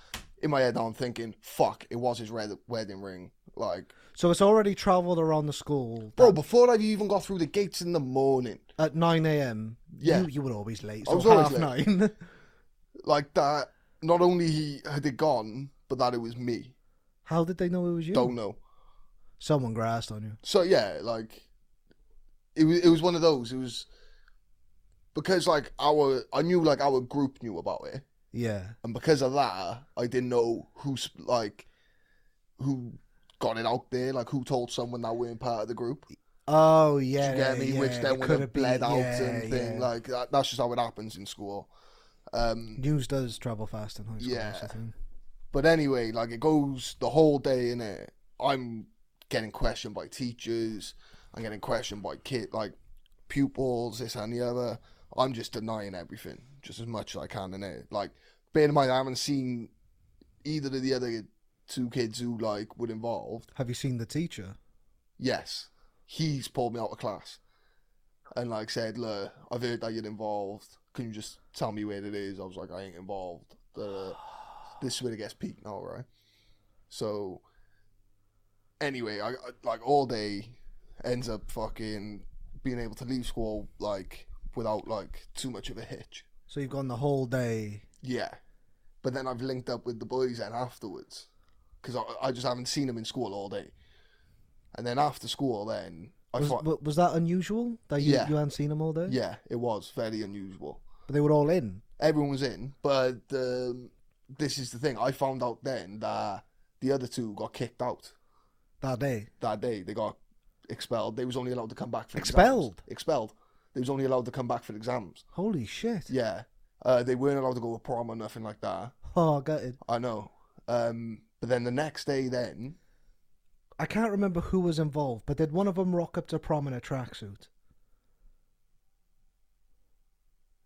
B: In my head, I'm thinking, "Fuck, it was his red wedding ring." Like,
A: So it's already travelled around the school
B: bro, before I even got through the gates in the morning,
A: at nine a.m.
B: Yeah.
A: you, you were always late. So
B: was always
A: half nine. <laughs>
B: like that. Not only he had it gone, but that it was me.
A: How did they know it was you?
B: Don't know.
A: Someone grassed on you.
B: So yeah, like it was it was one of those. It was because like our I knew like our group knew about it,
A: Yeah.
B: and because of that, I didn't know who's like who got it out there, like who told someone that weren't part of the group.
A: Oh
B: Do
A: yeah.
B: you get me?
A: yeah,
B: Which then
A: it
B: would
A: could
B: have bled
A: been-
B: out
A: yeah,
B: and thing.
A: yeah.
B: Like that, that's just how it happens in school. Um,
A: News does travel fast in high school. that's the
B: Yeah.
A: thing.
B: But anyway, like it goes the whole day in it. I'm getting questioned by teachers. I'm getting questioned by kid like pupils, this and the other. I'm just denying everything just as much as I can in it. Like bear in mind, I haven't seen either of the other two kids who like were involved.
A: Have you seen the teacher?
B: Yes, he's pulled me out of class and like said, "Look, I've heard that you're involved. Can you just tell me where it is?" I was like, "I ain't involved." Uh, this is where it gets peaked now, right? So, anyway, I, I- like all day ends up fucking being able to leave school like without like too much of a hitch.
A: So you've gone the whole day.
B: Yeah, but then I've linked up with the boys then afterwards because I, I just haven't seen them in school all day, and then after school, then I
A: Was,
B: thought,
A: wa- was that unusual that you,
B: Yeah.
A: you hadn't seen them all day?
B: yeah, it was very unusual.
A: But they were all in.
B: Everyone was in, but um, this is the thing. I found out then that the other two got kicked out
A: that day.
B: that day. They got expelled. They was only allowed to come back for
A: Expelled?
B: Exams. Expelled. They was only allowed to come back for exams.
A: Holy shit.
B: Yeah. Uh, they weren't allowed to go to prom or nothing like that.
A: Oh, I got it.
B: I know. Um, but then the next day, then
A: I can't remember who was involved, but did one of them rock up to prom in a tracksuit?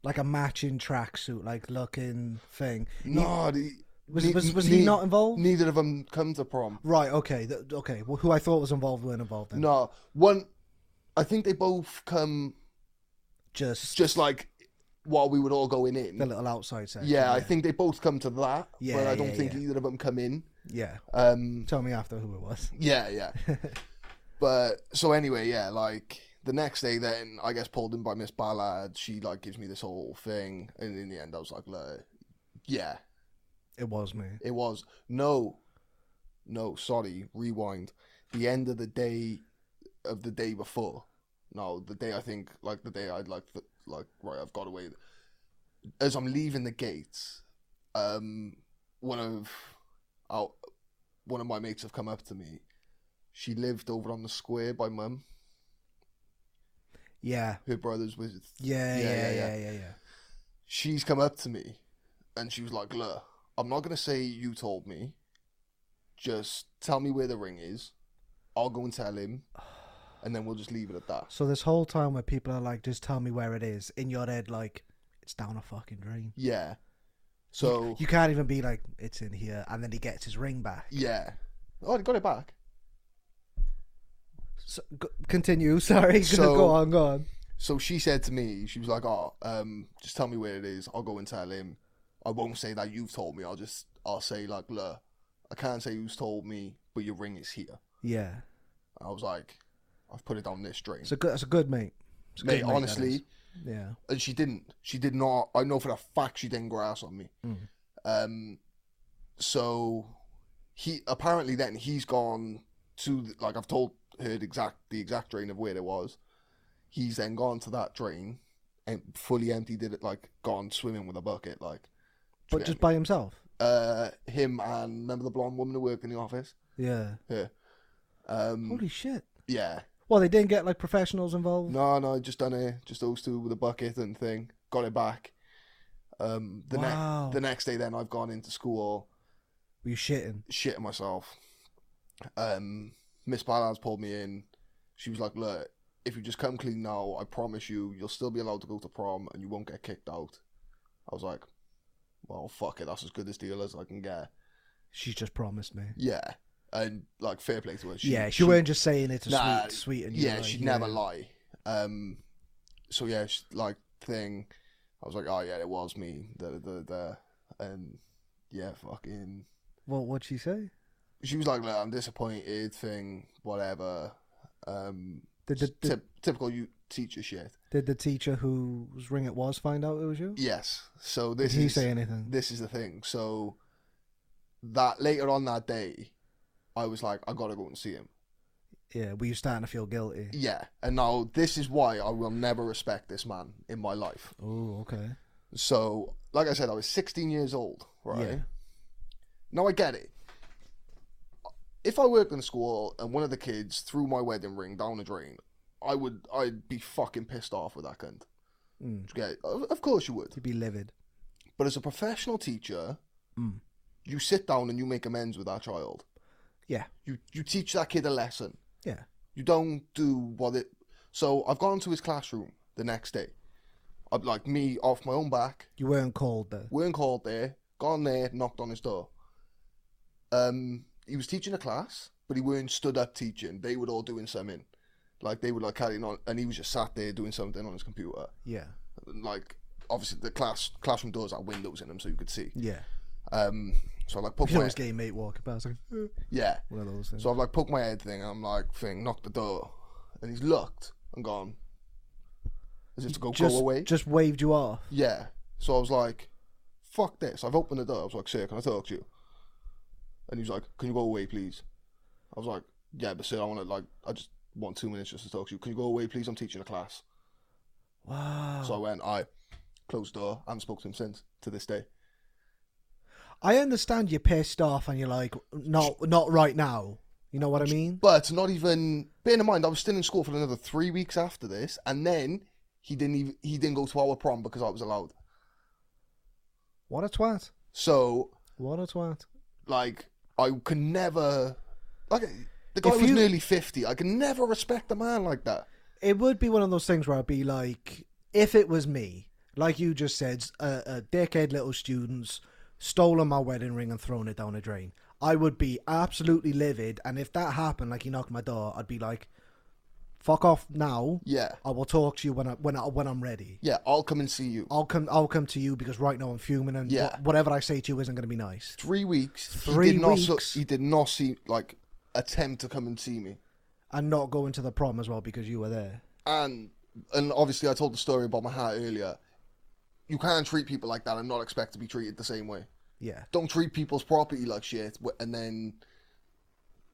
A: Like a matching tracksuit, like looking thing.
B: no, the,
A: Was-
B: ne-
A: was- was he
B: ne-
A: not involved?
B: Neither of them come to prom.
A: Right, okay, th- okay. Well, who I thought was involved weren't involved then.
B: No, one. I think they both come
A: Just,
B: just like while we were all going in.
A: the little outside section.
B: yeah, I think they both come to that, but
A: Yeah,
B: I don't
A: yeah,
B: think
A: yeah.
B: either of them come in.
A: Yeah.
B: Um,
A: Tell me after who it was. <laughs>
B: Yeah, yeah. but so anyway, yeah, like the next day, then I guess pulled in by Miss Ballard. She like gives me this whole thing, and in the end, I was like, Look, yeah,
A: It was me.
B: it was no, no, sorry, rewind. The end of the day, of the day before. No, the day I think like the day I'd like th- like right, I've got away. As I'm leaving the gates, um, one of our, one of my mates have come up to me. She lived over on the square by mum.
A: Yeah.
B: Her brothers was.
A: Yeah, yeah, yeah,
B: Yeah, yeah,
A: yeah, yeah. yeah,
B: She's come up to me, and she was like, "Look, I'm not gonna say you told me. Just tell me where the ring is. I'll go and tell him, <sighs> and then we'll just leave it at that."
A: So this whole time where people are like, just tell me where it is, in your head, like, it's down a fucking drain.
B: Yeah.
A: <laughs>
B: So
A: You can't even be like, it's in here, and then he gets his ring back.
B: yeah. Oh, I got it back.
A: So, go, continue, <laughs> sorry.
B: So-
A: go on, go on.
B: So she said to me, she was like, "Oh, um, just tell me where it is. I'll go and tell him. I won't say that you've told me. I'll just, I'll say like, look, I can't say who's told me, but your ring is here."
A: Yeah.
B: I was like, "I've put it down this drain."
A: It's a good, it's a good mate. It's a
B: Mate,
A: good mate, that is.
B: honestly,
A: Yeah.
B: and she didn't. She did not. I know for a fact she didn't grass on me.
A: Mm.
B: Um, so he apparently then he's gone to the- like I've told her the exact the exact drain of where it was. He's then gone to that drain and fully emptied it, like gone swimming with a bucket, like.
A: But just by himself.
B: uh, him and remember the blonde woman who worked in the office.
A: Yeah.
B: Um,
A: Holy shit.
B: yeah,
A: Well, they didn't get like professionals involved.
B: no, no, just done it, just those two with a bucket and thing. Got it back. Um, the next
A: wow.
B: the next day, then I've gone into school.
A: Were you shitting?
B: shitting myself. Um, Miss Ballard's pulled me in. She was like, "Look, if you just come clean now, I promise you, you'll still be allowed to go to prom and you won't get kicked out." I was like, "Well, fuck it, that's as good a deal as I can get."
A: She just promised me.
B: Yeah, and like fair play to her. She,
A: yeah, she, weren't just saying it to
B: Nah,
A: sweet, sweeten you.
B: Yeah,
A: like,
B: she'd never lie. Um, so yeah, she, like thing. I was like, "Oh yeah, it was me." Da, da, da, da. And yeah, fucking.
A: What would she say?
B: she was like, Look, I'm disappointed, thing, whatever. Um,
A: Did the, did,
B: typ- typical you teacher shit.
A: did the teacher whose ring it was find out it was you?
B: Yes. So
A: Did
B: this
A: he
B: is
A: say anything?
B: this is the thing. So that later on that day, I was like, I gotta go and see him.
A: Yeah, were you starting to feel guilty?
B: Yeah. And now this is why I will never respect this man in my life.
A: Oh, okay.
B: So, like I said, I was 16 years old, right?
A: Yeah.
B: Now I get it. If I worked in school and one of the kids threw my wedding ring down the drain, I would, I'd be fucking pissed off with that cunt.
A: Mm.
B: Yeah, of of course you would.
A: You'd be livid.
B: But as a professional teacher,
A: Mm.
B: you sit down and you make amends with that child.
A: Yeah.
B: You you teach that kid a lesson.
A: Yeah.
B: You don't do what it. So I've gone to his classroom the next day. I'm like me off my own back.
A: You weren't called though.
B: weren't called there, gone there, knocked on his door. Um, he was teaching a class, but he weren't stood up teaching. They were all doing something. Like they were like carrying on and he was just sat there doing something on his computer.
A: Yeah.
B: Like obviously the class classroom doors had windows in them so you could see.
A: Yeah.
B: Um so I like
A: <laughs>
B: poked
A: You
B: my
A: always get your mate walking past like, "Eh,"
B: Yeah.
A: one of those things.
B: So I've like poked my head thing and I'm like thing, knocked the door and he's looked and gone. As if to go
A: just,
B: go away.
A: just waved you off.
B: Yeah. So I was like, fuck this. I've opened the door. I was like, sir, can I talk to you? And he was like, can you go away, please? I was like, yeah, but sir, I want to, like, I just want two minutes just to talk to you. Can you go away, please? I'm teaching a class.
A: Wow. Oh.
B: So I went, I closed the door. I haven't spoke to him since, to this day.
A: I understand you're pissed off and you're like, not not right now. You know what I mean?
B: But not even bearing in mind, I was still in school for another three weeks after this, and then he didn't even he didn't go to our prom because I was allowed.
A: What a twat!
B: So
A: What a twat!
B: like I can never like the guy
A: If
B: was
A: you-
B: nearly fifty. I can never respect a man like that.
A: It would be one of those things where I'd be like, if it was me, like you just said, a, a decade little students stolen my wedding ring and thrown it down a drain. I would be absolutely livid, and if that happened, like he knocked my door, I'd be like, "Fuck off now!
B: Yeah,
A: I will talk to you when I when I when I'm ready.
B: yeah. I'll come and see you.
A: I'll come I'll come to you because right now I'm fuming, and
B: Yeah.
A: wha- whatever I say to you isn't going to be nice."
B: Three weeks.
A: Three
B: he did Not,
A: weeks.
B: so- he did not see like attempt to come and see me,
A: and not going to the prom as well because you were there.
B: and and obviously I told the story about my hat earlier. You can't treat people like that and not expect to be treated the same way.
A: Yeah.
B: Don't treat people's property like shit, wh- and then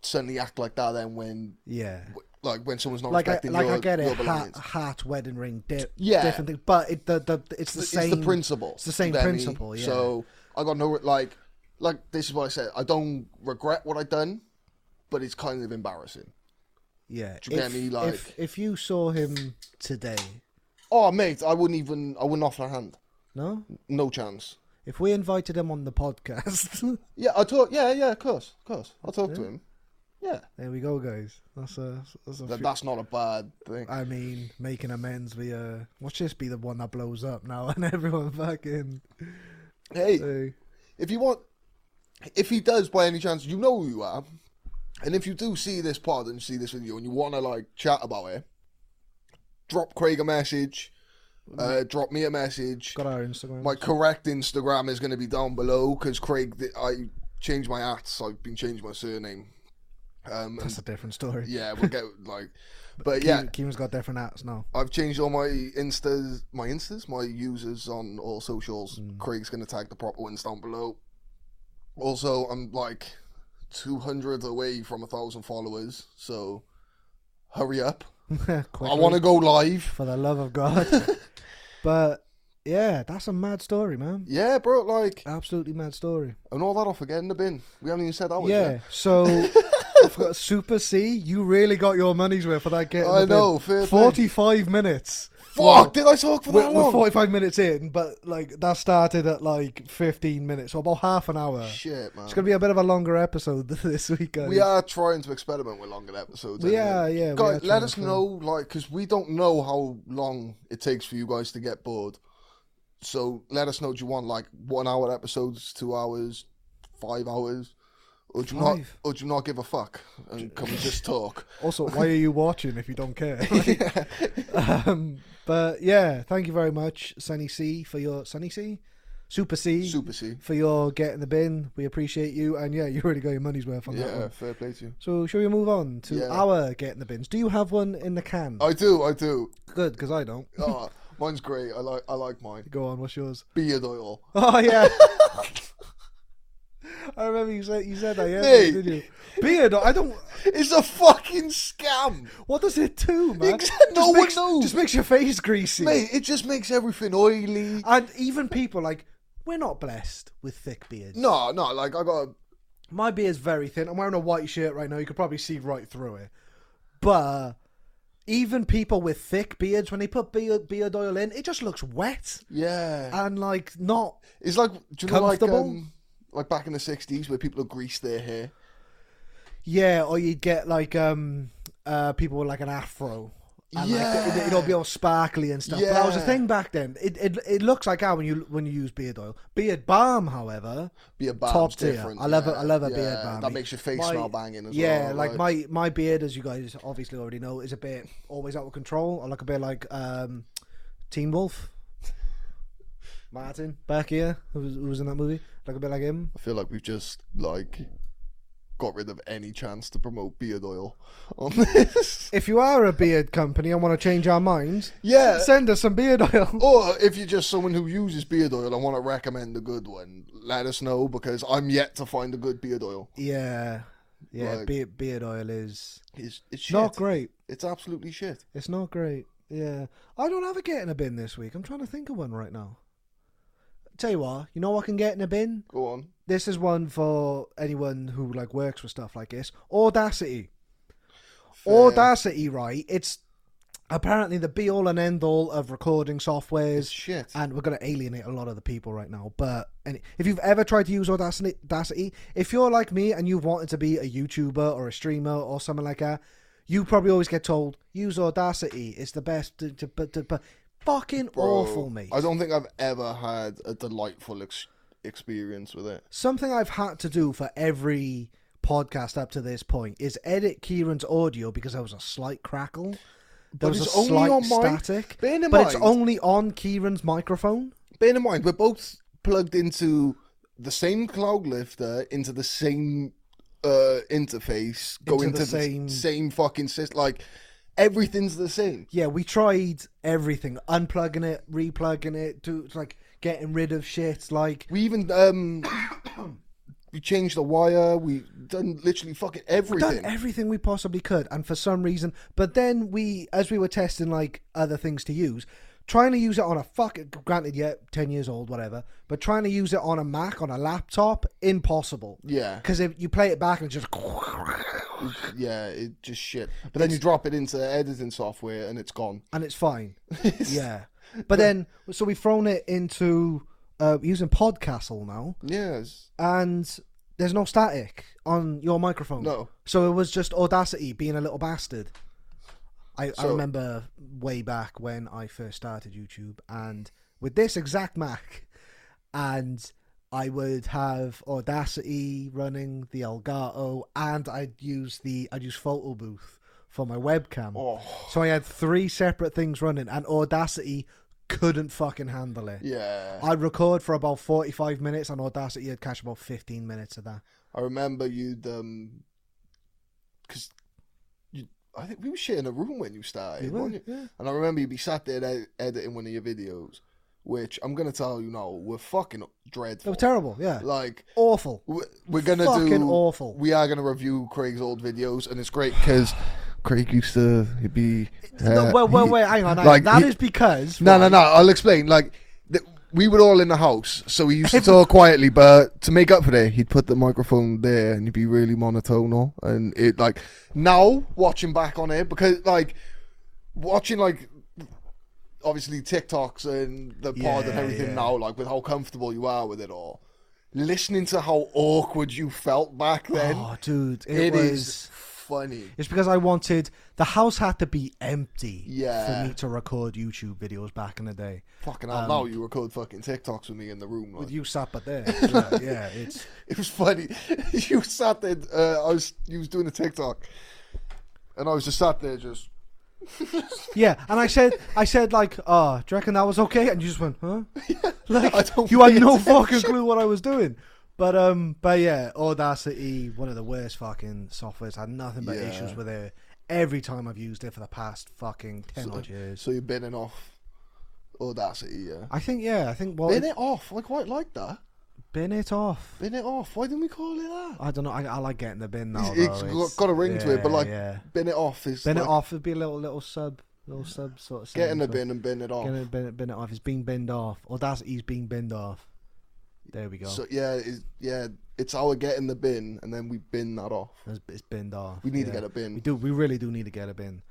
B: suddenly act like that. Then when
A: Yeah.
B: like when someone's not
A: Like I,
B: respecting
A: like
B: your,
A: I get
B: your
A: it, hat,
B: belongings.
A: hat, wedding ring, di-
B: Yeah.
A: different thing, but it, the, the it's the
B: it's
A: same
B: the principle.
A: It's the same
B: Demi.
A: principle. Yeah.
B: So I got no like, like this is what I said. I don't regret what I done, but it's kind of embarrassing.
A: yeah.
B: do you get
A: if,
B: me, like-
A: if if you saw him today,
B: Oh mate, I wouldn't even. I wouldn't offer a hand.
A: no.
B: No chance.
A: If we invited him on the podcast, <laughs>
B: Yeah, I talk. Yeah, yeah, of course, of course. I talk to him. Yeah,
A: there we go, guys. That's a that's a.
B: That-
A: few-
B: that's not a bad thing.
A: I mean, making amends via. Watch this be the one that blows up now, <laughs> and everyone fucking.
B: Hey,
A: Hey.
B: if you want, if he does by any chance, you know who you are, and if you do see this pod and see this video and you want to like chat about it, drop Craig a message. Uh, drop me a message.
A: got our Instagram.
B: My correct Instagram is going to be down below because Craig, th- I changed my at, so I've been changing my surname. Um, and
A: that's a different story.
B: yeah, we'll get <laughs> like, but yeah,
A: Keem's got different apps now. <laughs>
B: I've changed all my instas, my instas, my users on all socials.
A: Mm.
B: Craig's going to tag the proper ones down below. Also, I'm like 200 away from a thousand followers, so hurry up. I
A: Quickly.
B: want to go live.
A: for the love of God. <laughs> but yeah, that's a mad story, man.
B: Yeah, bro, like,
A: Absolutely mad story.
B: and all that off again in the bin. We haven't even said that was
A: yeah.
B: yet. <laughs>
A: So I've got Super C. You really got your money's worth for that get. in
B: I
A: the bin.
B: know, fair play.
A: Forty-five minutes.
B: Fuck, did I talk for
A: We're,
B: that
A: we're
B: long?
A: forty-five minutes in, but like that started at like fifteen minutes, so about half an hour.
B: Shit, man.
A: It's gonna be a bit of a longer episode <laughs> this week, guys.
B: We are trying to experiment with longer episodes.
A: We
B: anyway.
A: are, yeah, we
B: Guys,
A: are
B: let
A: trying
B: us
A: to-
B: know, like, because we don't know how long it takes for you guys to get bored. So let us know. Do you want like one hour episodes, two hours, five hours, or do you not,
A: Five.
B: or do you not give a fuck and come and just <laughs> talk?
A: Also, why are you watching if you don't care? <laughs> um, but yeah, thank you very much, Sunny C, for your Sunny C, Super C,
B: Super <laughs> C.
A: for your get in the bin. We appreciate you, and yeah, you really got your money's worth on that
B: Yeah,
A: one.
B: fair play to you.
A: So, shall we move on to
B: Yeah.
A: our get in the bins? Do you have one in the can?
B: I do, I do.
A: Good, because I don't.
B: Oh, <laughs> mine's great. I like, I like mine.
A: Go on, what's yours? <laughs>
B: Beard oil.
A: Oh yeah. <laughs> I remember you said you said that, yeah,
B: Mate.
A: did you? Beard, I don't.
B: <laughs> It's a fucking scam.
A: What does it do, man?
B: Exa-
A: Just
B: no one
A: makes,
B: knows.
A: Just makes your face greasy.
B: Mate, it just makes everything oily.
A: And even people like, we're not blessed with thick beards.
B: No, no, like I got.
A: My beard's very thin. I'm wearing a white shirt right now. You could probably see right through it. But even people with thick beards, when they put beard, beard oil in, it just looks wet
B: Yeah,
A: and like not.
B: it's like do you know like
A: Comfortable?
B: um, like back in the '60s where people would grease their hair.
A: Yeah, or you'd get like um uh people with like an afro. And like,
B: Yeah.
A: it, it'll be all sparkly and stuff. But that was a
B: Yeah.
A: thing back then. It, it it looks like that when you when you use beard oil. Beard balm, however,
B: Be a balm's
A: top tier.
B: different.
A: I love
B: yeah,
A: it. I love a
B: yeah,
A: beard balm.
B: That makes your face
A: My-
B: smell banging as
A: yeah,
B: well.
A: like my my beard, as you guys obviously already know, is a bit always out of control. I look a bit like um, Teen Wolf. Martin back here, who was, who was in that movie, look a bit like him.
B: I feel like we've just like got rid of any chance to promote beard oil on this.
A: If you are a beard company and want to change our minds,
B: <laughs> Yeah.
A: send us some beard
B: <laughs>
A: oil.
B: Or if you're just someone who uses beard oil and want to recommend a good one, let us know because I'm yet to find a good beard oil.
A: Yeah, yeah,
B: Like-
A: beard beard oil is
B: It's it's shit.
A: not great.
B: It's absolutely shit.
A: It's not great. Yeah, I don't have a get in a bin this week. I'm trying to think of one right now. tell you what, you know what I can get in a bin?
B: Go on.
A: This is one for anyone who like works with stuff like this. Audacity. Audacity, right? It's apparently the be all and end all of recording softwares.
B: Shit.
A: and we're going to alienate a lot of the people right now. But and if you've ever tried to use Audacity, Audacity, if you're like me and you've wanted to be a YouTuber or a streamer or something like that, you probably always get told use Audacity. It's the best. To, to, but- to- but fucking awful, mate.
B: I don't think I've ever had a delightful ex- experience with it.
A: Something I've had to do for every podcast up to this point is edit Kieran's audio because there was a slight crackle. There was a
B: it's only
A: slight
B: on mine.
A: static,
B: Bear in
A: but it's
B: mind-
A: only on Kieran's microphone.
B: Bear in mind, we're both plugged into the same cloud lifter, into the same uh, interface, going
A: the
B: to the
A: same-
B: same... fucking system. Like, everything's the same.
A: Yeah, we tried everything, unplugging it, replugging it, do like getting rid of shit. Like
B: We even um, <coughs> we changed the wire. We done literally fucking everything.
A: done everything we possibly could, and for some reason, but then we, as we were testing like other things to use, trying to use it on a fuck. Granted, yeah, ten years old, whatever, but trying to use it on a Mac on a laptop, impossible.
B: Yeah.
A: because if you play it back and it just <laughs>
B: yeah, it just shit. But then you drop it into editing software and it's gone.
A: and it's
B: <laughs>
A: fine. yeah, but then so we've thrown it into uh, using Podcastle now.
B: Yes.
A: and there's no static on your microphone.
B: No.
A: So it was just Audacity being a little bastard. I, I
B: So-
A: remember way back when I first started YouTube and with this exact Mac, and I would have Audacity running the Elgato, and I'd use the I'd use Photo Booth for my webcam.
B: Oh.
A: So I had three separate things running, and Audacity couldn't fucking handle it.
B: Yeah.
A: I'd record for about 45 minutes on Audacity, I'd catch about 15 minutes of that.
B: I remember you'd um, because you, I think we were sharing a room when you started,
A: We were,
B: weren't you?
A: yeah.
B: And I remember you'd be sat there ed- editing one of your videos, which I'm gonna tell you now were fucking
A: They
B: dreadful.
A: were terrible, yeah.
B: like
A: Awful.
B: w- we're gonna
A: Fucking
B: do
A: awful.
B: We are gonna review Craig's old videos, and it's great because Craig used to he'd be.
A: no,
B: uh,
A: wait, wait,
B: he-
A: wait, hang on. hang on.
B: like,
A: that
B: he-
A: is because.
B: No, no,
A: right,
B: no. I'll explain. Like, th- we were all in the house, so we
A: <laughs>
B: used to talk quietly. But to make up for that, he'd put the microphone there, and he'd be really monotonal. And it like now watching back on it because like watching like obviously TikToks and the pod and
A: Yeah,
B: everything
A: yeah.
B: now, like with how comfortable you are with it all. Listening to how awkward you felt back then,
A: Oh, dude. It,
B: it
A: was.
B: is funny.
A: It's because I wanted. The house had to be empty
B: Yeah.
A: for me to record YouTube videos back in the day.
B: Fucking hell, now you record fucking TikToks with me in the room. Like.
A: um, With you sat but
B: <laughs>
A: there. yeah, yeah, it's.
B: It was funny. <laughs> you sat there. Uh, I was. You was doing a TikTok, and I was just sat there, just
A: Yeah, and I said, I said like, oh, do you reckon that was okay? And you just went,
B: <laughs>
A: huh? <laughs>
B: I don't
A: you had
B: pay
A: no
B: attention.
A: fucking clue what I was doing. But um, but yeah, Audacity, one of the worst fucking softwares. Had nothing but
B: Yeah.
A: issues with it every time I've used it for the past fucking ten odd years.
B: So you're binning off Audacity, yeah.
A: I think yeah, I think well,
B: Bin
A: bin it,
B: it off. I quite like that.
A: off.
B: Bin it off. Why didn't we call it that?
A: I don't know. I, I like getting the bin now.
B: it's
A: though.
B: got- got a ring to it, but
A: Oh, yeah,
B: like
A: yeah.
B: bin it off is
A: bin
B: like
A: it off would be a little little sub, little sub sort of.
B: Get
A: thing,
B: in the
A: but-
B: bin and bin it off.
A: Get it, bin it, bin it off. It's been binned off. Oh, Audacity's been binned off. There we go.
B: So yeah, it's, yeah. It's our get in the bin, and then we bin that off.
A: It's, it's binned off.
B: We need to
A: yeah.
B: get a bin.
A: We do. We really do need to get a bin.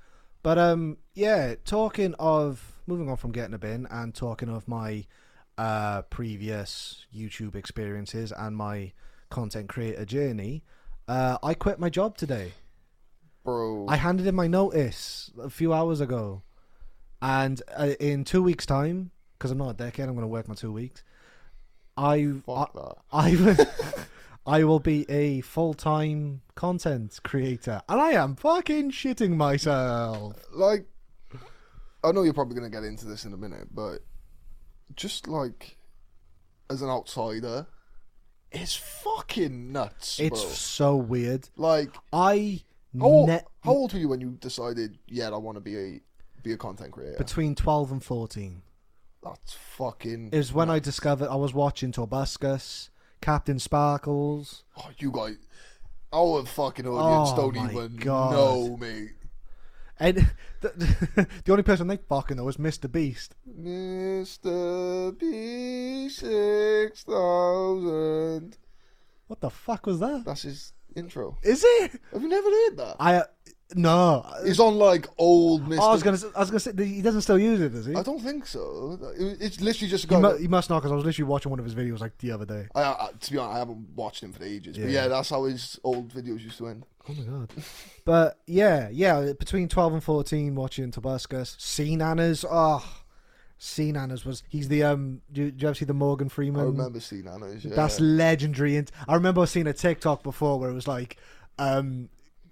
A: But um, yeah. Talking of moving on from getting a bin and talking of my uh previous YouTube experiences and my content creator journey, uh, I quit my job today.
B: Bro,
A: I handed in my notice a few hours ago, and uh, in two weeks' time, because I'm not a dickhead, I'm going to work my two weeks. I I,
B: fuck that.
A: I will, <laughs> I will be a full time content creator, and I am fucking shitting myself.
B: like I know you're probably gonna get into this in a minute, but just like as an outsider, it's fucking nuts.
A: It's
B: bro.
A: so weird.
B: like
A: I
B: how old,
A: ne-
B: how old were you when you decided, yeah, I want to be a be a content creator?
A: between twelve and fourteen
B: That's fucking.
A: is when I discovered I was watching Torbuscus, Captain Sparkles.
B: oh, you guys, our fucking audience
A: Oh
B: don't
A: my
B: even
A: God.
B: know, mate.
A: And <laughs> the, the only person they fucking know is Mr. Beast.
B: Mr. B six thousand.
A: What the fuck was that?
B: That's his intro.
A: Is it?
B: Have you never heard that?
A: I uh, no.
B: He's on like old Mr.
A: I was gonna. s- I was gonna say he doesn't still use it, does he?
B: I don't think so. It- It's literally just a
A: He,
B: guy.
A: mu- he must not, because I was literally watching one of his videos like the other day.
B: I, I, to be honest, I haven't watched him for ages. But
A: Yeah.
B: yeah, that's how his old videos used to end.
A: Oh my god! But yeah, yeah. Between twelve and fourteen, watching Tobuscus, C Nanners. Oh, C Nanners was he's the um. Do, do you ever see the Morgan Freeman?
B: I remember seeing that. Noise, yeah.
A: That's legendary. And I remember seeing a TikTok before where it was like, um,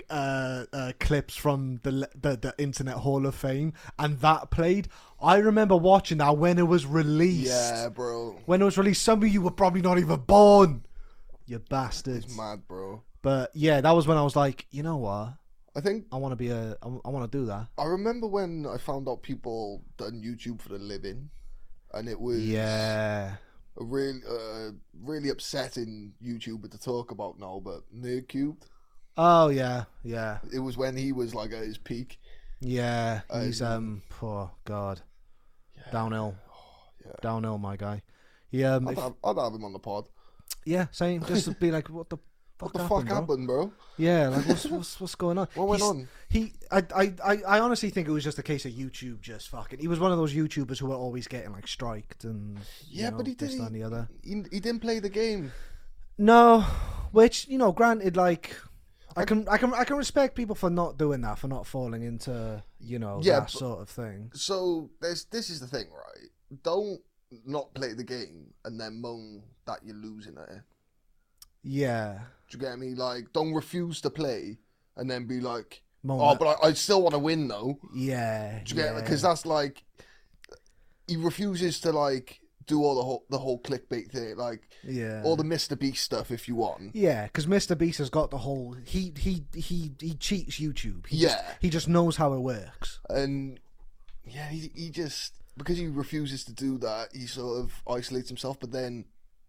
A: uh, uh clips from the, le- the the Internet Hall of Fame, and that played. I remember watching that when it was released.
B: yeah, bro.
A: When it was released, some of you were probably not even born. You bastards.
B: Mad, bro.
A: But yeah, that was when I was like, you know what?
B: I think
A: I want to be a. I, want to do that.
B: I remember when I found out people done YouTube for the living, and it was
A: Yeah.
B: a really, uh, really upsetting YouTuber to talk about now. But Nerd Cubed,
A: Oh yeah, yeah,
B: it was when he was like at his peak.
A: yeah. He's um. Poor God. Downhill.
B: Oh,
A: Downhill, my guy. He um.
B: I'd
A: if-
B: have, I'd have him on the pod.
A: yeah, same. Just to be like, what the fuck
B: <laughs> What the
A: happened,
B: fuck
A: bro?
B: happened, bro?
A: Yeah, like what's what's, what's going on?
B: <laughs> What went
A: He's-
B: on?
A: He, I, I, I, I honestly think it was just a case of YouTube just fucking. He was one of those YouTubers who were always getting like striked and you
B: Yeah,
A: know,
B: but he
A: this
B: did-
A: that, and the other.
B: He, he didn't play the game.
A: No, which you know, granted, like I can, I can, I can respect people for not doing that, for not falling into you know
B: Yeah,
A: that
B: but-
A: sort of thing.
B: So there's this is the thing, right? Don't not play the game and then moan that you're losing at it.
A: Yeah,
B: Do you get me? Like, don't refuse to play and then be like,
A: Moan
B: oh,
A: that-
B: but I, I still want to win though.
A: yeah,
B: Do you get?
A: yeah.
B: Because that's like he refuses to like do all the whole the whole clickbait thing, like
A: yeah.
B: all the Mr Beast stuff. If you want,
A: Yeah, because Mr. Beast has got the whole he he he he cheats YouTube. He just,
B: Yeah.
A: he just knows how it works.
B: and yeah, he he just because he refuses to do that, he sort of isolates himself, but then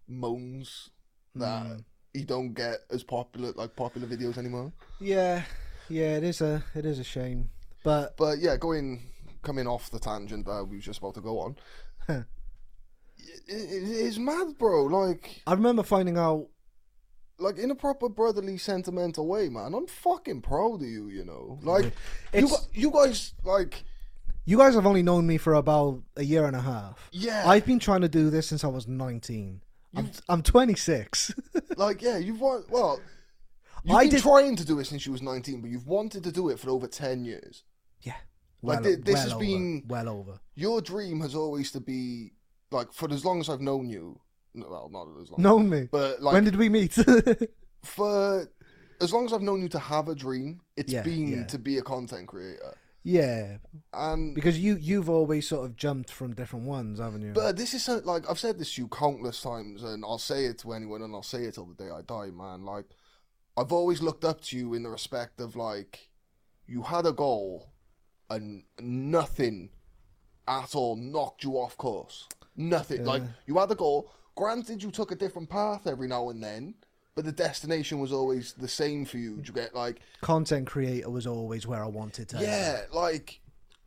B: moans that he don't get as popular like popular videos anymore.
A: Yeah, yeah, it is a it is a shame, but
B: But yeah, going coming off the tangent that we were just about to go on. it, it- it's mad, bro. Like,
A: I remember finding out.
B: like in a proper brotherly, sentimental way, man. I'm fucking proud of you. You know, like you,
A: It's-
B: gu- you guys, like,
A: You guys have only known me for about a year and a half.
B: yeah,
A: I've been trying to do this since I was 19. I'm, I'm <laughs> 26.
B: like, yeah. You've won. Well, you've
A: I
B: been
A: did-
B: trying to do it since you was 19, but you've wanted to do it for over 10 years.
A: yeah. Well,
B: Like, thi- this has
A: over,
B: been-
A: well over.
B: Your dream has always to be like for as long as I've known you. no, Well, not as long.
A: Known me.
B: But like
A: when did we meet? <laughs>
B: for as long as I've known you to have a dream, it's
A: Yeah,
B: been
A: yeah.
B: to be a content creator.
A: yeah,
B: And
A: because you you've always sort of jumped from different ones, haven't you?
B: but this is so- like I've said this to you countless times, and I'll say it to anyone, and I'll say it till the day I die, man. Like I've always looked up to you in the respect of like you had a goal, and nothing at all knocked you off course. Nothing. Like you had a goal. Granted, you took a different path every now and then, but the destination was always the same for you. Do you get like
A: Content creator was always where I wanted to.
B: Yeah, like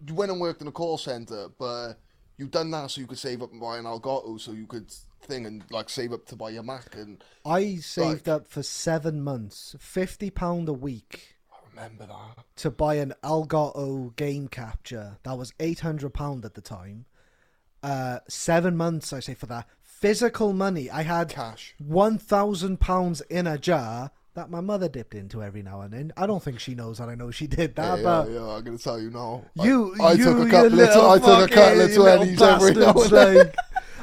B: you went and worked in a call center, but you done that so you could save up and buy an Elgato, so you could thing and like save up to buy your Mac. And
A: I saved up for seven months, fifty pound a week,
B: I remember that.
A: to buy an Elgato game capture that was eight hundred pound at the time. Uh, seven months, I say for that physical money. I had
B: Cash.
A: one thousand pounds in a jar that my mother dipped into every now and then. I don't think she knows that I know she did that,
B: Yeah,
A: but.
B: yeah, I'm gonna tell you now. I-
A: You,
B: I,
A: you,
B: took a
A: you
B: couple of,
A: little
B: I took a
A: fucking-
B: couple of
A: you little
B: twenties every now and
A: bastards,
B: then.
A: like.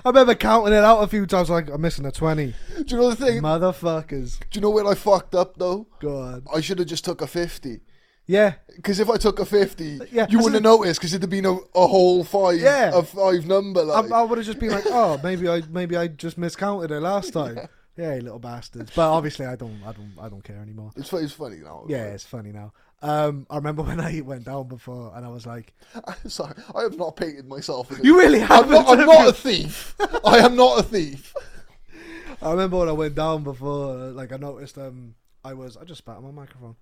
A: I remember counting it out a few times, like I'm missing a twenty,
B: Do you know the thing?
A: motherfuckers.
B: Do you know when I fucked up though?
A: God,
B: I should have just took a fifty.
A: yeah,
B: Because if I took a fifty,
A: Yeah, that's
B: you wouldn't have
A: the-
B: noticed. Because it'd have been a, a whole five,
A: Yeah.
B: a five number.
A: I,
B: Like,
A: I would have just been like, oh, maybe I maybe I just miscounted it
B: <laughs>
A: last time. yeah. you little bastards. But obviously, I don't, I don't, I don't care anymore.
B: it's, fu- it's funny now.
A: Yeah, it's funny now. Um, I remember <laughs> when I went down before, and I was like,
B: <laughs> Sorry, I have not painted myself. as a-
A: you really
B: <laughs> I'm
A: haven't.
B: not, I'm
A: have
B: not
A: you?"
B: a thief. <laughs> I am not a thief.
A: uh, I remember when I went down before, like I noticed um I was I just spat on my microphone.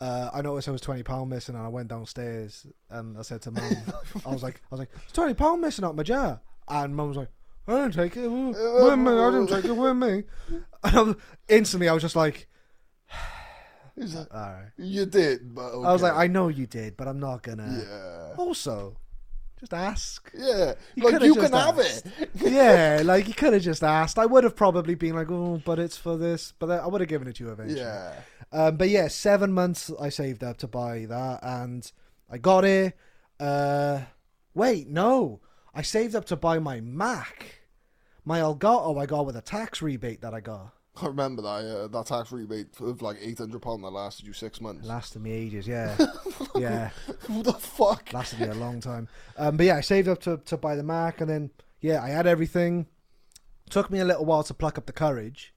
A: Uh, I noticed there was twenty pound missing, and I went downstairs and I said to mum, I was like, I was like, "It's twenty pound missing out my jar," and mum was like, "I didn't take it. Where me? I didn't take it. Where me?" And I was, instantly, I was just like,
B: He's like,
A: "All right."
B: you did, but
A: I was like,
B: okay."
A: "I know you did, but I'm not gonna."
B: yeah,
A: Also, just ask.
B: yeah.
A: You
B: like
A: coulda
B: you
A: just
B: can have
A: asked.
B: it. <laughs>
A: yeah, like you could have just asked. I would have probably been like, "Oh, but it's for this," but I would have given it to you eventually.
B: Yeah,
A: Um, but yeah, seven months I saved up to buy that, and I got it. Uh, wait, no, I saved up to buy my Mac, my Elgato I got with a tax rebate that I got.
B: I remember that uh, that tax rebate of like eight hundred pound that lasted you six months.
A: Lasted me ages, yeah, yeah,
B: <laughs> Who the fuck?
A: lasted me a long time. Um, but yeah, I saved up to to buy the Mac, and then yeah, I had everything. Took me a little while to pluck up the courage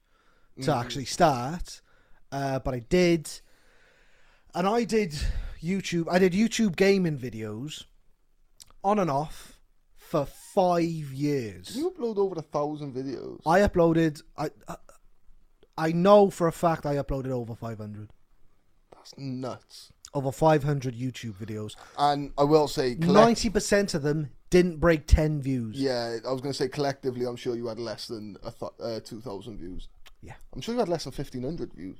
A: to actually start, uh, but I did. And I did YouTube. I did YouTube gaming videos, on and off, for five years.
B: You upload over a thousand videos.
A: I uploaded. I I- I know for a fact I uploaded over five hundred,
B: That's nuts.
A: over five hundred YouTube videos.
B: And I will say, collect-
A: Ninety percent of them didn't break ten views.
B: yeah, I was going to say collectively, I'm sure you had less than a th- uh, two thousand views.
A: Yeah.
B: I'm sure you had less than fifteen hundred views.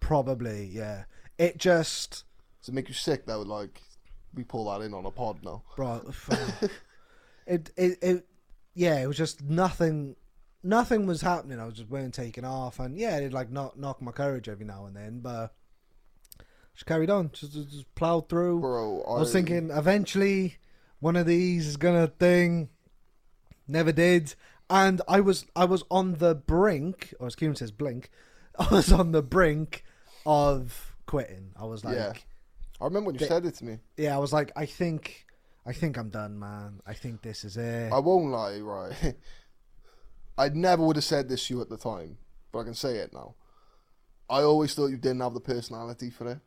A: Probably, yeah. It just,
B: Does it make you sick though? Like we pull that in on a pod now.
A: bro. f- it, it, it, yeah. It was just nothing. Nothing was happening. I was just weren't taking off, and yeah, it'd like knock knock my courage every now and then, but just carried on, just, just, just plowed through.
B: Bro,
A: I was
B: I-
A: thinking eventually one of these is gonna thing. Never did, and I was I was on the brink, or as Kieran says, blink. <laughs> I was on the brink of quitting. I was like.
B: Yeah. I remember when you said it to me.
A: yeah, I was like, I think, I think I'm done, man. I think this is it.
B: I won't lie, right? <laughs> I never would have said this to you at the time, but I can say it now. I always thought you didn't have the personality for it.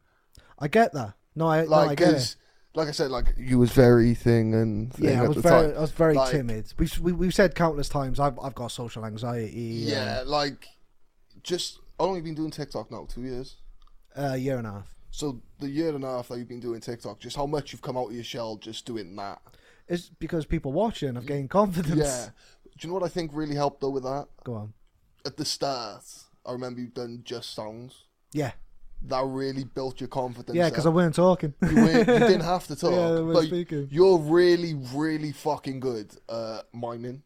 A: I get that. No, I, no, I
B: Like,
A: get
B: 'cause-
A: it.
B: like I said, like you was very thing and thing
A: Yeah, I
B: at
A: was
B: the
A: very, oh,
B: time.
A: I was very
B: Like-
A: timid. We, we we've said countless times. I've I've got social anxiety. uh,
B: Yeah, like just I've only been doing TikTok now two years.
A: uh, a year and a half.
B: So the year and a half that you've been doing TikTok, just how much you've come out of your shell just doing that.
A: It's because people watching. I've gained confidence.
B: Yeah. Do you know what I think really helped though with that?
A: Go on.
B: At the start, I remember you've done just sounds.
A: Yeah.
B: That really built your confidence.
A: Yeah,
B: up.
A: because I weren't talking. <laughs>
B: you, weren't- you didn't have to talk.
A: Yeah, I wasn't
B: but
A: speaking.
B: you're really, really fucking good uh, at miming.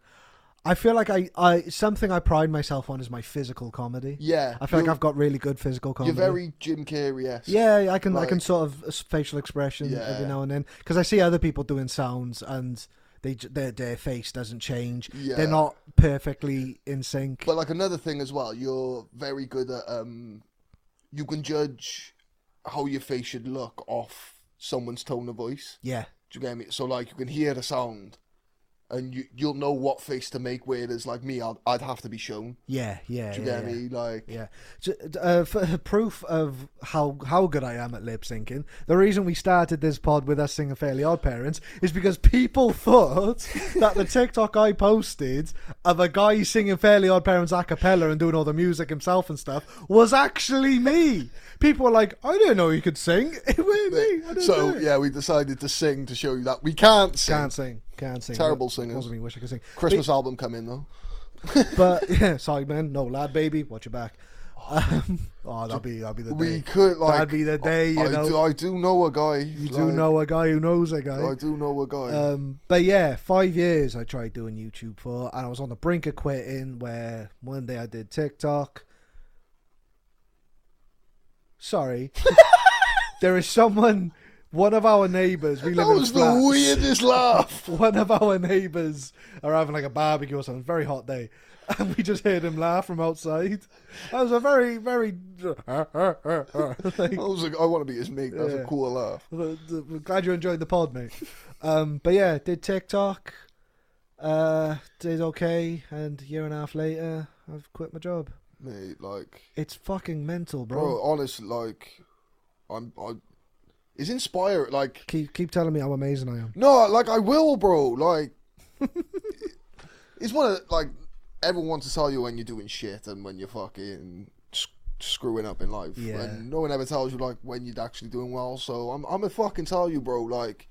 A: I feel like I, I something I pride myself on is my physical comedy.
B: Yeah,
A: I feel like
B: you're-
A: I've got really good physical comedy.
B: You're very Jim Carrey esque.
A: Yeah, I can I can
B: Like-
A: sort of uh, s- facial expression every
B: Yeah.
A: now and then because I see other people doing sounds and they j- their their face doesn't change.
B: Yeah.
A: They're not perfectly in sync.
B: But like another thing as well, you're very good at um, you can judge how your face should look off someone's tone of voice.
A: yeah,
B: Do you get me? So like you can hear the sound, and you you'll know what face to make. Whereas like me, I'd, I'd have to be shown.
A: yeah, yeah.
B: Do you
A: yeah,
B: get
A: yeah.
B: me? Like
A: Yeah, J- d- uh, for proof of how how good I am at lip syncing, the reason we started this pod with us singing Fairly Odd Parents is because people <laughs> thought that the TikTok I posted of a guy singing Fairly Odd Parents a cappella and doing all the music himself and stuff was actually me. People were like, "I didn't know you could sing." <laughs> it was me. I didn't
B: so
A: know.
B: yeah, we decided to sing to show you that we can't sing.
A: can't sing, can't sing.
B: Terrible
A: Wasn't
B: singers.
A: me, wish I could sing.
B: Christmas album come in though.
A: But <laughs> yeah, sorry man, no lad, baby, watch your
B: <laughs>
A: back. <laughs> Um, oh, that'll be that'll be the
B: We
A: day.
B: could like
A: That'd be the day, you
B: I
A: know.
B: Do, I do know Uh, a guy. You
A: do know a guy who knows a
B: I
A: guy.
B: do know a guy.
A: Um, but yeah, five years I tried doing YouTube for, and I was on the brink of quitting. Where one day I did TikTok. Sorry, <laughs> there is someone, one of our neighbours. We live
B: that
A: in
B: was the
A: flats.
B: <laughs> weirdest
A: <laughs>
B: laugh.
A: One of our neighbours are having like a barbecue or something. Very hot day, <laughs> and we just heard him laugh from outside. That was a very,
B: <laughs>
A: very. <laughs> like,
B: I was like, I want to be his mate. That's
A: Yeah.
B: a cool laugh.
A: Well, th- We're glad you enjoyed the pod, mate. Um, but yeah, did TikTok, uh, did okay, and a year and a half later, I've quit my job.
B: Mate, like,
A: It's fucking mental, bro.
B: bro, honestly, like, I'm, I, is inspired. Like,
A: Keep keep telling me how amazing I am.
B: no, like I will,
A: <laughs>
B: bro. Like, it's one of the- like everyone wants to tell you when you're doing shit and when you're fucking s- screwing up in life.
A: Yeah.
B: And no one ever tells you like when you're actually doing well. So I'm I'm gonna fucking tell you, bro. Like,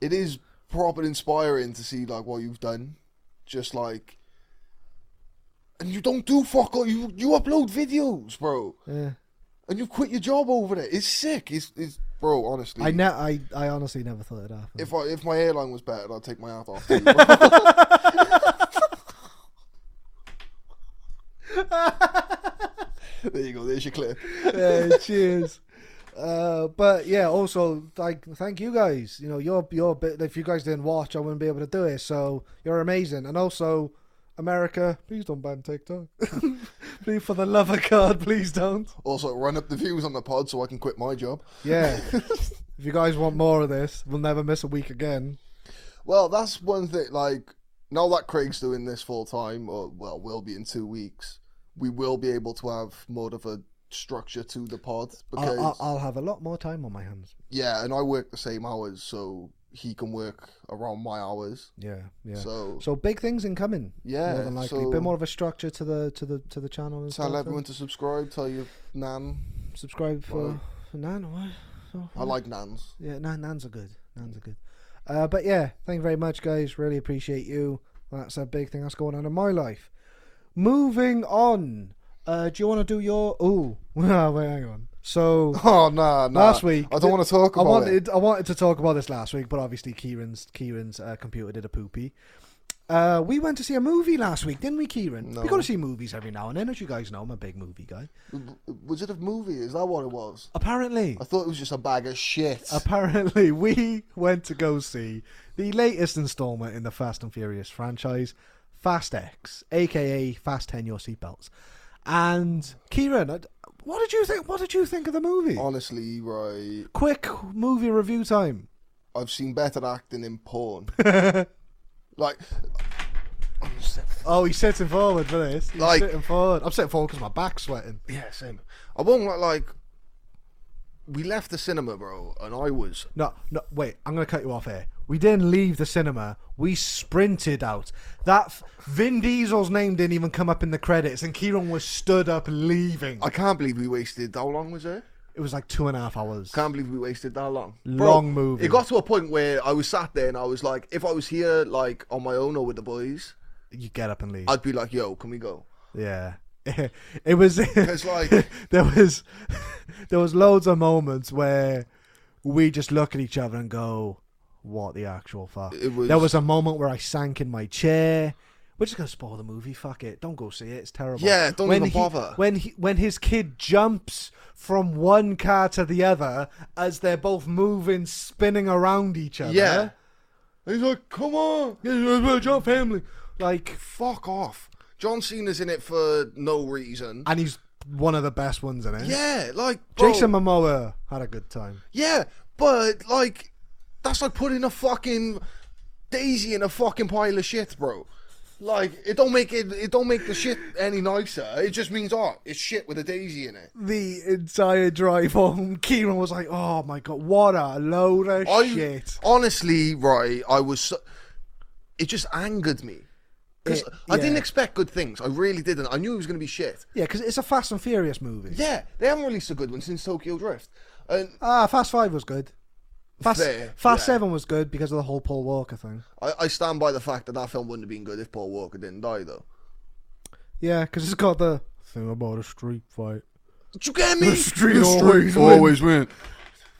B: it is proper inspiring to see like what you've done. Just like, and you don't do fuck all. You you upload videos, bro,
A: Yeah.
B: and you quit your job over there. It's sick. It's it's bro. Honestly,
A: I, ne- I I honestly never thought it happened.
B: if I if my airline was better, I'd take my hat off. To you. there you go. There's your clip.
A: <laughs> yeah, cheers. Uh, but yeah, also like thank you guys. You know, you're you're bi- if you guys didn't watch, I wouldn't be able to do it. So you're amazing, and also America, please don't ban TikTok. <laughs> please, for the love of God, please don't.
B: Also, run up the views on the pod so I can quit my job.
A: Yeah. <laughs> if you guys want more of this, we'll never miss a week again.
B: Well, that's one thing. Like now that Craig's doing this full time, or well, will be in two weeks. We will be able to have more of a structure to the pod because
A: I'll, I'll, I'll have a lot more time on my hands.
B: yeah, and I work the same hours, so he can work around my hours.
A: Yeah, yeah. So,
B: So,
A: big things incoming.
B: Yeah,
A: more than likely.
B: so-
A: Bit more of a structure to the to the to the channel. And
B: tell
A: stuff.
B: everyone to subscribe. Tell your nan.
A: subscribe for
B: Well-
A: for Nan. What? Oh,
B: I like nans.
A: Yeah, nan, nans are good. Nans are good. Uh, but yeah, thank you very much, guys. Really appreciate you. That's a big thing that's going on in my life. Moving on. Uh, do you want to do your? Ooh, <laughs> well, wait, hang on. So
B: <laughs> Oh nah, nah.
A: Last week-
B: I don't want to talk
A: I
B: about it.
A: wanted I wanted to talk about this last week, but obviously Kieran's Kieran's uh, computer did a poopy. Uh, we went to see a movie last week, didn't we, Kieran?
B: No.
A: We got to see movies every now and then, as you guys know. I'm a big movie guy.
B: Was it a movie? Is that what it was?
A: Apparently,
B: I thought it was just a bag of shit.
A: Apparently, <laughs> we went to go see the latest installment in the Fast and Furious franchise, Fast X, aka Fast Ten Your Seatbelts. And Kieran, I- what did you think? What did you think of the movie?
B: Oh. Honestly, right.
A: Quick movie review time.
B: I've seen better acting in
A: <laughs>
B: porn. like,
A: Oh, he's sitting forward for this. He's
B: Like-
A: sitting forward. I'm sitting forward because my back's sweating.
B: yeah, same. I won't like, like. We left the cinema, bro, and I was.
A: No, no, wait. I'm gonna cut you off here. We didn't leave the cinema. We sprinted out. That f- Vin Diesel's name didn't even come up in the credits, and Kieran was stood up leaving.
B: I can't believe we wasted. How long was it?
A: It was like two and a half hours.
B: Can't believe we wasted that long.
A: Long movie.
B: It got to a point where I was sat there and I was like, if I was here, like, on my own or with the boys,
A: You get up and leave.
B: I'd be like, yo, can we go?
A: yeah. <laughs> It was. <laughs>
B: It's like.
A: there was <laughs> there was loads of moments where we just look at each other and go, "What the actual fuck?"
B: It was-
A: There was a moment where I sank in my chair. We're just gonna spoil the movie. Fuck it. Don't go see it. It's terrible.
B: Yeah, don't even
A: he-
B: bother.
A: When he, when his kid jumps from one car to the other as they're both moving, spinning around each other.
B: yeah. And he's like, come on.
A: Yeah, jump family. Like,
B: Fuck off. John Cena's in it for no reason.
A: and he's one of the best ones in it.
B: Yeah, like bro,
A: Jason Momoa had a good time.
B: Yeah, but like, that's like putting a fucking daisy in a fucking pile of shit, bro. Like, it don't make it. It don't make the shit any nicer. It just means oh, it's shit with a daisy in it.
A: the entire drive home, <laughs> Kieran was like, "Oh my god, what a load of
B: I
A: shit!"
B: honestly, right, I was. So, it just angered me. 'Cause
A: It-
B: I didn't
A: yeah.
B: expect good things. I really didn't. I knew it was gonna be shit.
A: Yeah, because it's a Fast and Furious movie.
B: Yeah, they haven't released a good one since Tokyo Drift. And
A: Ah, Fast Five was good. Fast
B: Fair,
A: Fast
B: yeah.
A: Seven was good because of the whole Paul Walker thing.
B: I, I stand by the fact that that film wouldn't have been good if Paul Walker didn't die, though.
A: Yeah, because it's got the thing about a street fight.
B: Did you get me?
A: street The street always win. always
B: win.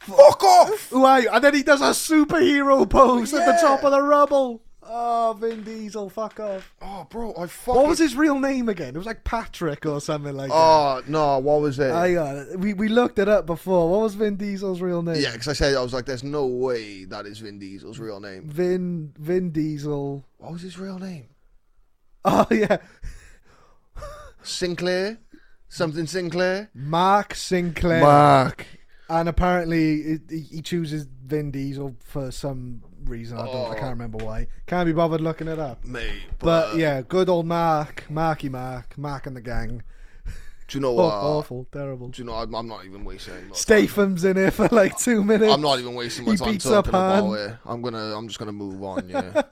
B: Fuck off!
A: Right, and then he does a superhero pose at the
B: Yeah.
A: top of the rubble. Oh, Vin Diesel, fuck off.
B: Oh, bro, I fucking.
A: What was his real name again? It was like Patrick or something like that.
B: Oh no, what was it?
A: Hang on, we, we looked it up before. What was Vin Diesel's real name?
B: Yeah, because I said I was like, "There's no way that is Vin Diesel's real name."
A: Vin Vin Diesel.
B: What was his real name?
A: <laughs> Oh yeah,
B: Sinclair, something Sinclair.
A: Mark Sinclair.
B: Mark.
A: And apparently it, he- he chooses Vin Diesel for some reason. I don't. I can't remember why. Can't be bothered looking it up.
B: Mate, Oh. but,
A: But yeah, good old Mark, Marky Mark, Mark and the gang.
B: do you know
A: Oh,
B: what?
A: awful, terrible.
B: Do you know? I'm, I'm not even wasting. any more time.
A: Statham's in here for like two minutes.
B: I'm not even wasting my
A: He
B: time
A: beats up
B: talking about
A: Han.
B: it. <laughs> I'm gonna. I'm just gonna move on. Yeah.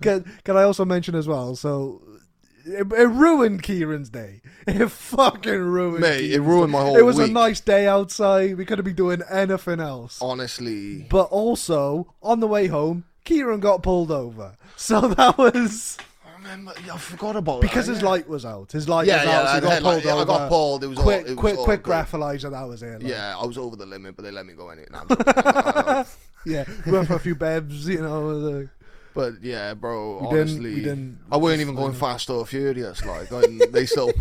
A: Can, can I also mention as well? So It, it ruined Kieran's day. It fucking ruined.
B: Mate, it
A: Kieran's
B: ruined my whole
A: It was
B: week.
A: a nice day outside. We could have been doing anything else.
B: Honestly.
A: But also, on the way home, Kieran got pulled over. So <laughs> that was
B: I remember. Yeah, I forgot about
A: because
B: that.
A: his light was out. His light
B: Yeah,
A: was
B: yeah,
A: out. So
B: I
A: he got
B: had light-
A: pulled
B: yeah, I
A: over.
B: got pulled, it was all-
A: quick,
B: it was
A: quick,
B: all
A: quick
B: good.
A: breathalyzer. That was it. like,
B: Yeah, I was over the limit, but they let me go anyway. <laughs> Nah,
A: yeah. We went for a few bevs, you know. the-
B: but yeah, bro,
A: We didn't-
B: honestly,
A: we didn't-
B: I weren't even going fast or furious. Like, <laughs> and they still.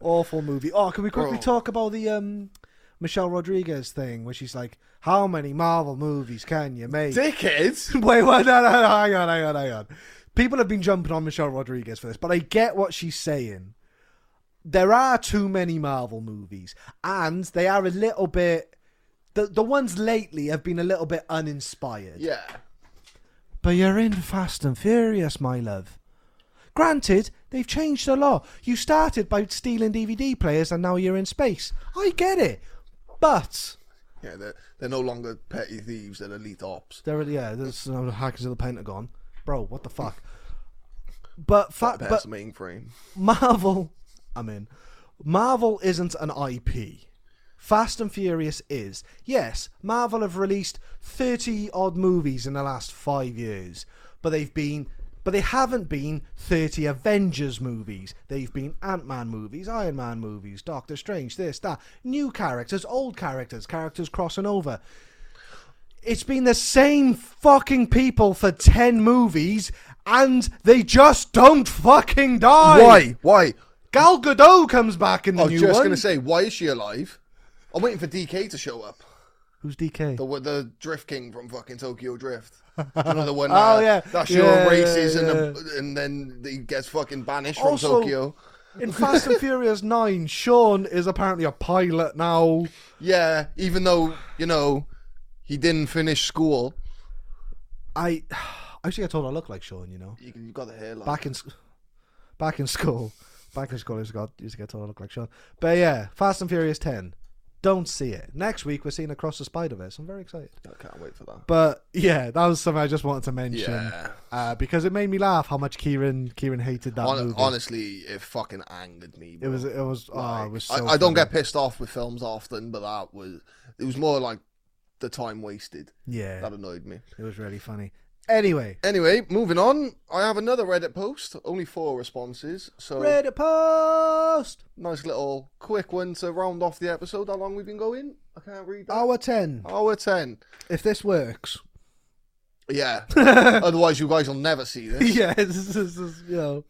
A: awful movie. Oh, can we quickly
B: Bro.
A: talk about the um, Michelle Rodriguez thing where she's like, "How many Marvel movies can you make?"
B: Dickheads.
A: <laughs> Wait, wait, no, no, no, hang on, hang on, hang on. People have been jumping on Michelle Rodriguez for this, but I get what she's saying. There are too many Marvel movies, and they are a little bit. The, the ones lately have been a little bit uninspired.
B: Yeah.
A: But you're in Fast and Furious, my love. Granted, they've changed the law. You started by stealing DVD players and now you're in space. I get it. But.
B: Yeah, they're, they're no longer petty thieves, they're elite ops.
A: There, are- yeah, there's uh, hackers of the Pentagon. Bro, what the fuck? But, fa-
B: That's
A: but
B: the mainframe.
A: Marvel. I'm in. Marvel isn't an IP. Fast and Furious is. Yes, Marvel have released 30 odd movies in the last five years, but they've been. But they haven't been 30 Avengers movies. They've been Ant Man movies, Iron Man movies, Doctor Strange, this, that. New characters, old characters, characters crossing over. It's been the same fucking people for 10 movies, and they just don't fucking die!
B: Why? Why?
A: Gal Gadot comes back in the
B: I
A: new
B: was just
A: one.
B: going to say, why is she alive? I'm waiting for DK to show up.
A: Who's DK?
B: The the Drift King from fucking Tokyo Drift. Do you know the one?
A: <laughs> Oh,
B: uh,
A: yeah.
B: That's
A: Yeah, yeah,
B: your races, and
A: yeah.
B: the, and then he gets fucking banished
A: Also-
B: from Tokyo.
A: in Fast and Furious 9, Sean is apparently a pilot now.
B: Yeah, even though you know he didn't finish school.
A: I <sighs> I actually got told I look like Sean, you know.
B: You, you got the hairline.
A: Back in sc- back in school. Back in school I used to got- used to get told I look like Sean. But yeah, Fast and Furious 10. Don't see it. Next week we're seeing Across the Spider-Verse. I'm very excited.
B: I can't wait for that.
A: But yeah, that was something I just wanted to mention.
B: Yeah.
A: Uh, because it made me laugh how much Kieran Kieran hated that
B: Hon-
A: movie.
B: honestly, it fucking angered me.
A: it
B: bro.
A: was it was oh, it was so
B: I, I
A: funny.
B: don't get pissed off with films often, but that was it was more like the time wasted
A: Yeah.
B: that annoyed me.
A: It was really funny. Anyway,
B: Anyway, moving on. I have another Reddit post. Only four responses, so
A: Reddit post.
B: nice little quick one to round off the episode. How long we've been going? I can't read. That.
A: Hour ten.
B: Hour ten.
A: If this <laughs> works.
B: Yeah. Otherwise, you guys will never see this.
A: yeah, <laughs> this is, this is, you know.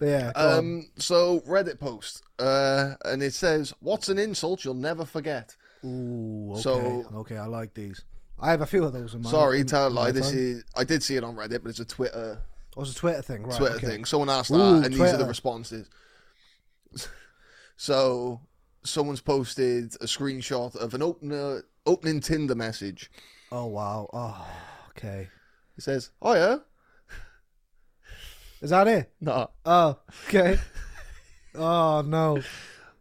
A: But <laughs> yeah. go on.
B: Um, so Reddit post, uh, and it says, "What's an insult you'll never forget?"
A: Ooh, okay.
B: so-
A: okay, I like these. I have a few of those in my
B: Sorry,
A: in
B: tell a lie.
A: my
B: This
A: time.
B: is I did see it on Reddit, but it's a Twitter
A: Oh, it's a Twitter thing, right?
B: Twitter
A: okay.
B: thing. Someone asked that,
A: Ooh,
B: and these are
A: Twitter.
B: the responses. so someone's posted a screenshot of an opener opening Tinder message.
A: Oh wow. Oh, okay.
B: It says, "Oh yeah,
A: Is that it?
B: nah,
A: Oh, okay. oh no.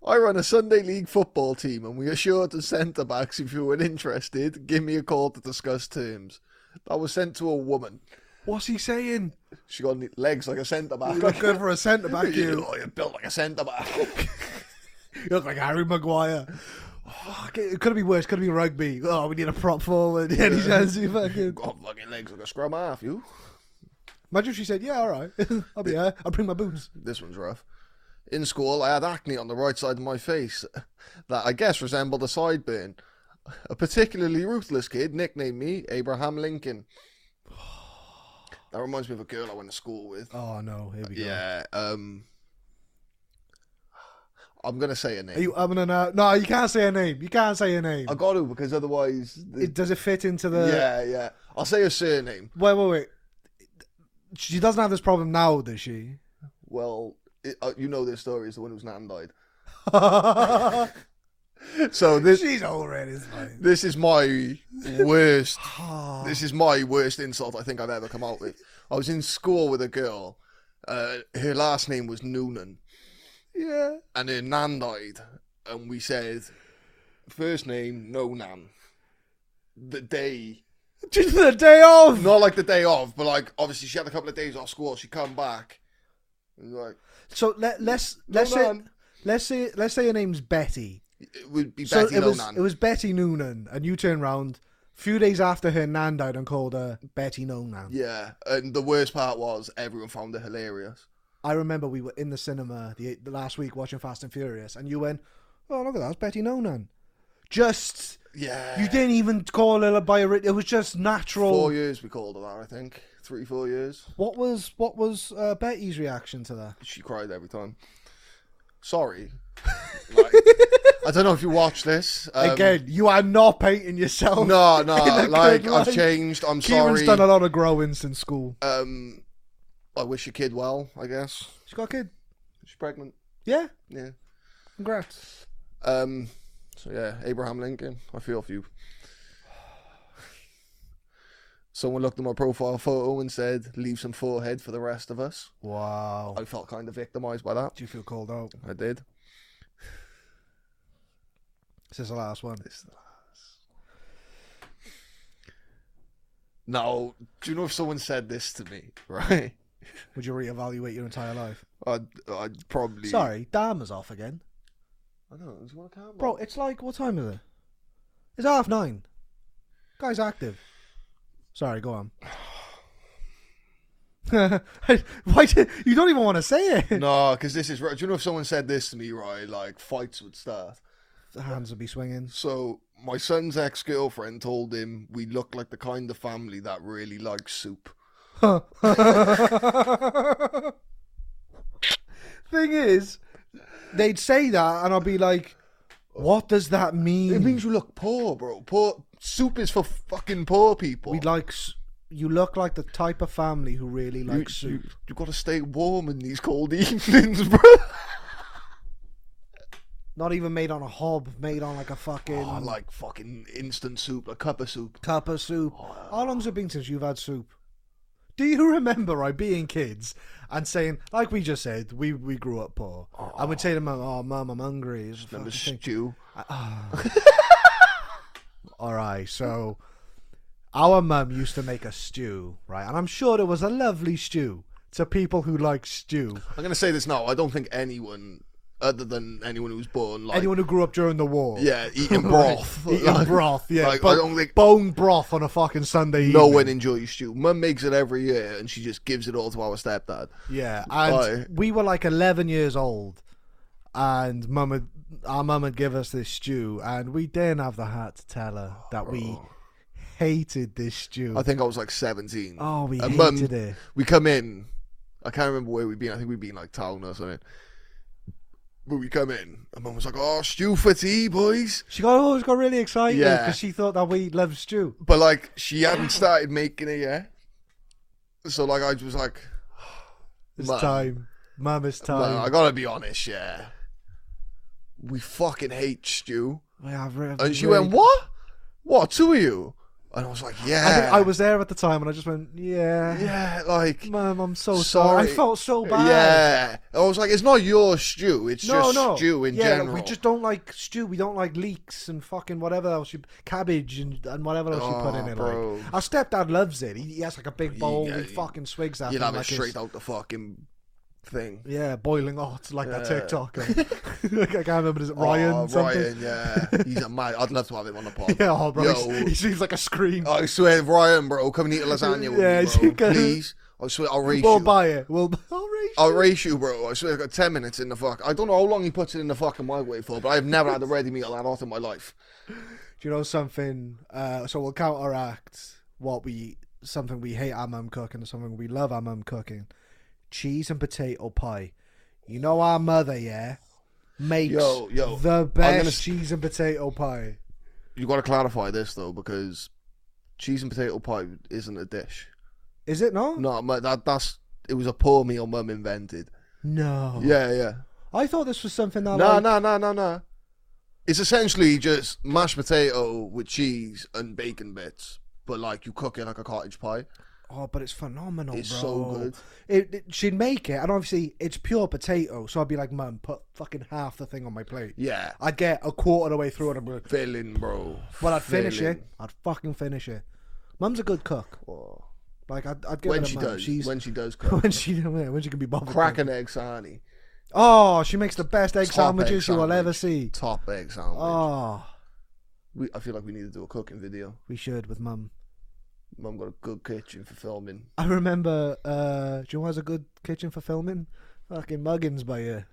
B: I run a Sunday league football team, and we are short of centre backs. If you were interested, give me a call to discuss terms." That was sent to a woman.
A: What's he saying?
B: She got ne- legs like a centre back.
A: You look good for a centre back. You.
B: <laughs> you. Oh, you're built like a centre back. <laughs>
A: you look like Harry Maguire. Oh, it could be worse. Could be rugby. Oh, we need a prop forward. <laughs> Yeah, he says he fucking.
B: got fucking legs like a scrum half. You.
A: Imagine if she said, "Yeah, all right, <laughs> I'll be here. I'll bring my boots."
B: This one's rough. In school, I had acne on the right side of my face <laughs> that I guess resembled a sideburn. A particularly ruthless kid nicknamed me Abraham Lincoln. <sighs> That reminds me of a girl I went to school with.
A: <laughs> Oh no, here we go.
B: Yeah. Um. I'm gonna say her name.
A: Are you I'm gonna know- No, you can't say her name. You can't say her name.
B: I got to because otherwise, the-
A: It, does it fit into the?
B: yeah, yeah. I'll say her surname.
A: Wait, wait, wait. She doesn't have this problem now, does she?
B: <laughs> Well, it, uh, you know this story is the one whose nan died. So this
A: She's already fine.
B: this is
A: <laughs>
B: my worst.
A: Oh,
B: This is my worst insult I think I've ever come out with. I was in school with a girl. Uh, her last name was Noonan,
A: yeah.
B: and her nan died. And we said, first name, no nan. The day,
A: Just the day off.
B: not like the day of, but like obviously she had a couple of days off school. She come back, And you're like,
A: So let let's let's say
B: Noonan.
A: let's say let's say your name's Betty.
B: it would be
A: So
B: Betty
A: it was
B: Noonan.
A: it was Betty Noonan, and you turned round a few days after her nan died and called her Betty Noonan.
B: Yeah, and the worst part was everyone found it hilarious.
A: I remember we were in the cinema the, the last week watching Fast and Furious, and you went, "Oh look at that, it's Betty Noonan." Just
B: Yeah,
A: you didn't even call her by her. It was just
B: Four
A: natural.
B: years we called her that, I think. Three, four years.
A: What was what was uh, Betty's reaction to that?
B: She cried every time. Sorry. like, I don't know if you watch this. Um,
A: Again, you are not painting yourself.
B: No, no.
A: <laughs> In a good
B: Like I've
A: light.
B: changed. I'm
A: Kieran's
B: sorry.
A: done a lot of growing since school.
B: Um, I wish your kid well. I guess
A: She's got a kid.
B: she's pregnant.
A: Yeah,
B: Yeah.
A: congrats.
B: Um. So yeah, Abraham Lincoln. I feel for you. Someone looked at my profile photo and said, "Leave some forehead for the rest of us."
A: Wow.
B: I felt kind of victimized by that.
A: Do you feel called out?
B: I did.
A: This is the last one.
B: This is the last. Now, do you know if someone said this to me, <laughs> right?
A: Would you reevaluate your entire life?
B: I'd, I'd probably.
A: Sorry, Dharma's off again.
B: I know. It was one camera.
A: Bro, <laughs> it's like, what time is it? It's half nine. Guy's active. Sorry, go on. <laughs> Why do, you don't even want to say it?
B: No, because this is. right. Do you know if someone said this to me, right? Like fights would start.
A: The hands would be swinging. <laughs>
B: So my son's ex-girlfriend told him we look like the kind of family that really likes soup.
A: Thing is, they'd say that, and I'd be like, "What does that mean?"
B: It means you look poor, bro. Poor soup is for fucking poor people.
A: we like s- you look like the type of family who really
B: you,
A: likes soup.
B: You, you got to stay warm in these cold <laughs> evenings,
A: <laughs>
B: bro.
A: Not even made on a hob, made on like a fucking
B: I like fucking instant soup, a cup of soup.
A: cup of soup.
B: Oh,
A: How long's it been since you've had soup? Do you <laughs> remember right being kids and saying, like we just said, we, we grew up poor, and we'd say to mum, "Oh, mum, I'm hungry." It's a
B: Remember
A: fucking thing.
B: stew?
A: All right, so our mum used to make a stew, right? And I'm sure there was a lovely stew to people who like stew.
B: I'm gonna say this now. I don't think anyone, other than anyone who's born, like
A: Anyone who grew up during the war.
B: yeah,
A: <laughs>
B: eating broth,
A: Eating
B: <laughs> like-
A: broth, yeah.
B: like,
A: bo-
B: I don't think
A: bone broth on a fucking Sunday
B: no
A: evening.
B: one enjoys stew. Mum makes it every year, and she just gives it all to our stepdad.
A: Yeah, and
B: Aye.
A: we were like 11 years old, and mum had, our mum had give us this stew, and we didn't have the heart to tell her that we hated this stew.
B: Oh. I think I was like 17.
A: Oh, we
B: And
A: hated it.
B: We come in. I can't remember where we'd been. I think we'd been like town or something. But we come in, and mum was like, "Oh, stew for tea, boys."
A: she got always got really excited
B: Yeah.
A: because she thought that we loved stew.
B: But like, she
A: <laughs>
B: hadn't started making it yet. So like, I was like,
A: It's
B: Mum.
A: time. Mum, it's time.
B: "Well, I gotta be honest, yeah. We fucking hate stew."
A: Wait, I've re-
B: And she
A: really-
B: went, "What? What? Two of you?" And I was like, "Yeah."
A: I think I was there at the time, and I just went, "Yeah,
B: Yeah, like.
A: mum, I'm so sorry. I
B: Sorry.
A: felt so bad."
B: Yeah, I was like, it's not your stew. It's
A: No,
B: just
A: no.
B: stew in
A: yeah,
B: general.
A: we just don't like stew. We don't like leeks and fucking whatever else you cabbage and, and whatever else you put in
B: Oh,
A: it.
B: bro.
A: Like. Our stepdad loves it. He, he has like a big bowl.
B: yeah,
A: he
B: you-
A: fucking swigs that.
B: You'd
A: thing
B: have it
A: like it's-
B: straight out the fucking thing.
A: Yeah, boiling hot like that
B: Yeah. <laughs>
A: TikToker. <laughs> like, I can't remember. Is it Ryan?
B: oh,
A: something?
B: Ryan, yeah, he's a mad. I'd love to have him on the pod.
A: <laughs> Yeah, oh, bro,
B: Yo.
A: he's- <laughs> he seems like a screen.
B: I swear, Ryan, bro, come and eat a lasagna with
A: Yeah,
B: me,
A: you
B: bro.
A: can-
B: Please, I swear, I'll race
A: we'll
B: you.
A: buy it. We'll. <laughs> All right.
B: I'll race you, bro. I swear, I've got ten minutes in the fuck. I don't know how long he puts it in the fucking microwave for, but I've never had a ready meal that hot in my life.
A: Do you know something? Uh, so we'll counteract what we something we hate our mum cooking and something we love our mum cooking. Cheese and potato pie. You know our mother, yeah, makes
B: Yo, yo,
A: the
B: gonna
A: best
B: s-
A: cheese and potato pie.
B: You got to clarify this though, because cheese and potato pie isn't a dish.
A: Is it not?
B: No, mu- that that's it was a poor meal mum invented.
A: No.
B: Yeah, yeah.
A: I thought this was something that.
B: No,
A: like,
B: no, no, no, no. It's essentially just mashed potato with cheese and bacon bits, but like you cook it like a cottage pie.
A: Oh, but it's phenomenal,
B: It's
A: bro.
B: so good.
A: It, it- she'd make it, and obviously it's pure potato. So I'd be like, "Mum, put fucking half the thing on my plate."
B: Yeah,
A: I'd get a quarter of the way through, and I'd be like,
B: filling, bro.
A: Well, I'd finish
B: Filling.
A: it. I'd fucking finish it. Mum's a good cook.
B: Oh.
A: Like I'd, I'd give
B: When
A: it a
B: she
A: man.
B: does,
A: She's
B: when she does cook,
A: <laughs> when she yeah, when she can be bothered.
B: crack an egg sarnie.
A: Oh, she makes the best egg
B: Top
A: sandwiches you
B: egg
A: will
B: sandwich.
A: ever see.
B: Top egg sandwich.
A: Oh,
B: We, I feel like we need to do a cooking video.
A: we should with mum.
B: Mum got a good kitchen for filming.
A: I remember. Uh, do you know who has a good kitchen for filming? Fucking Muggins by you.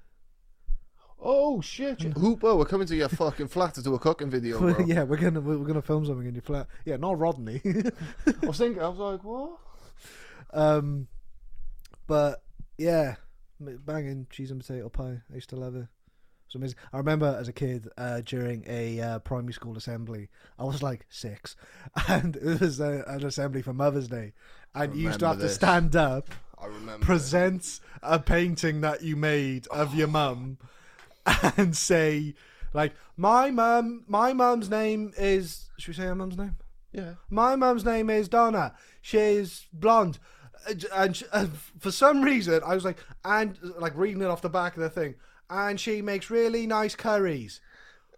B: Oh shit! Hooper, we're coming to your fucking flat to do a cooking video, <laughs> bro.
A: <laughs> yeah, we're gonna we're gonna film something in your flat. Yeah, not Rodney. <laughs>
B: I was thinking, I was like, what?
A: um, but yeah, m- banging cheese and potato pie. I used to love it. It's amazing. I remember as a kid uh, during a uh, primary school assembly, I was like six, <laughs> and it was uh an assembly for Mother's Day, and you used to
B: remember
A: have to
B: this.
A: stand up.
B: I remember.
A: presents a painting that you made of your mum <laughs> and say like my mum my mum's name is should we say her mum's name
B: yeah.
A: my mum's name is donna she's blonde Uh, j- and sh uh, for some reason i was like and like reading it off the back of the thing and she makes really nice curries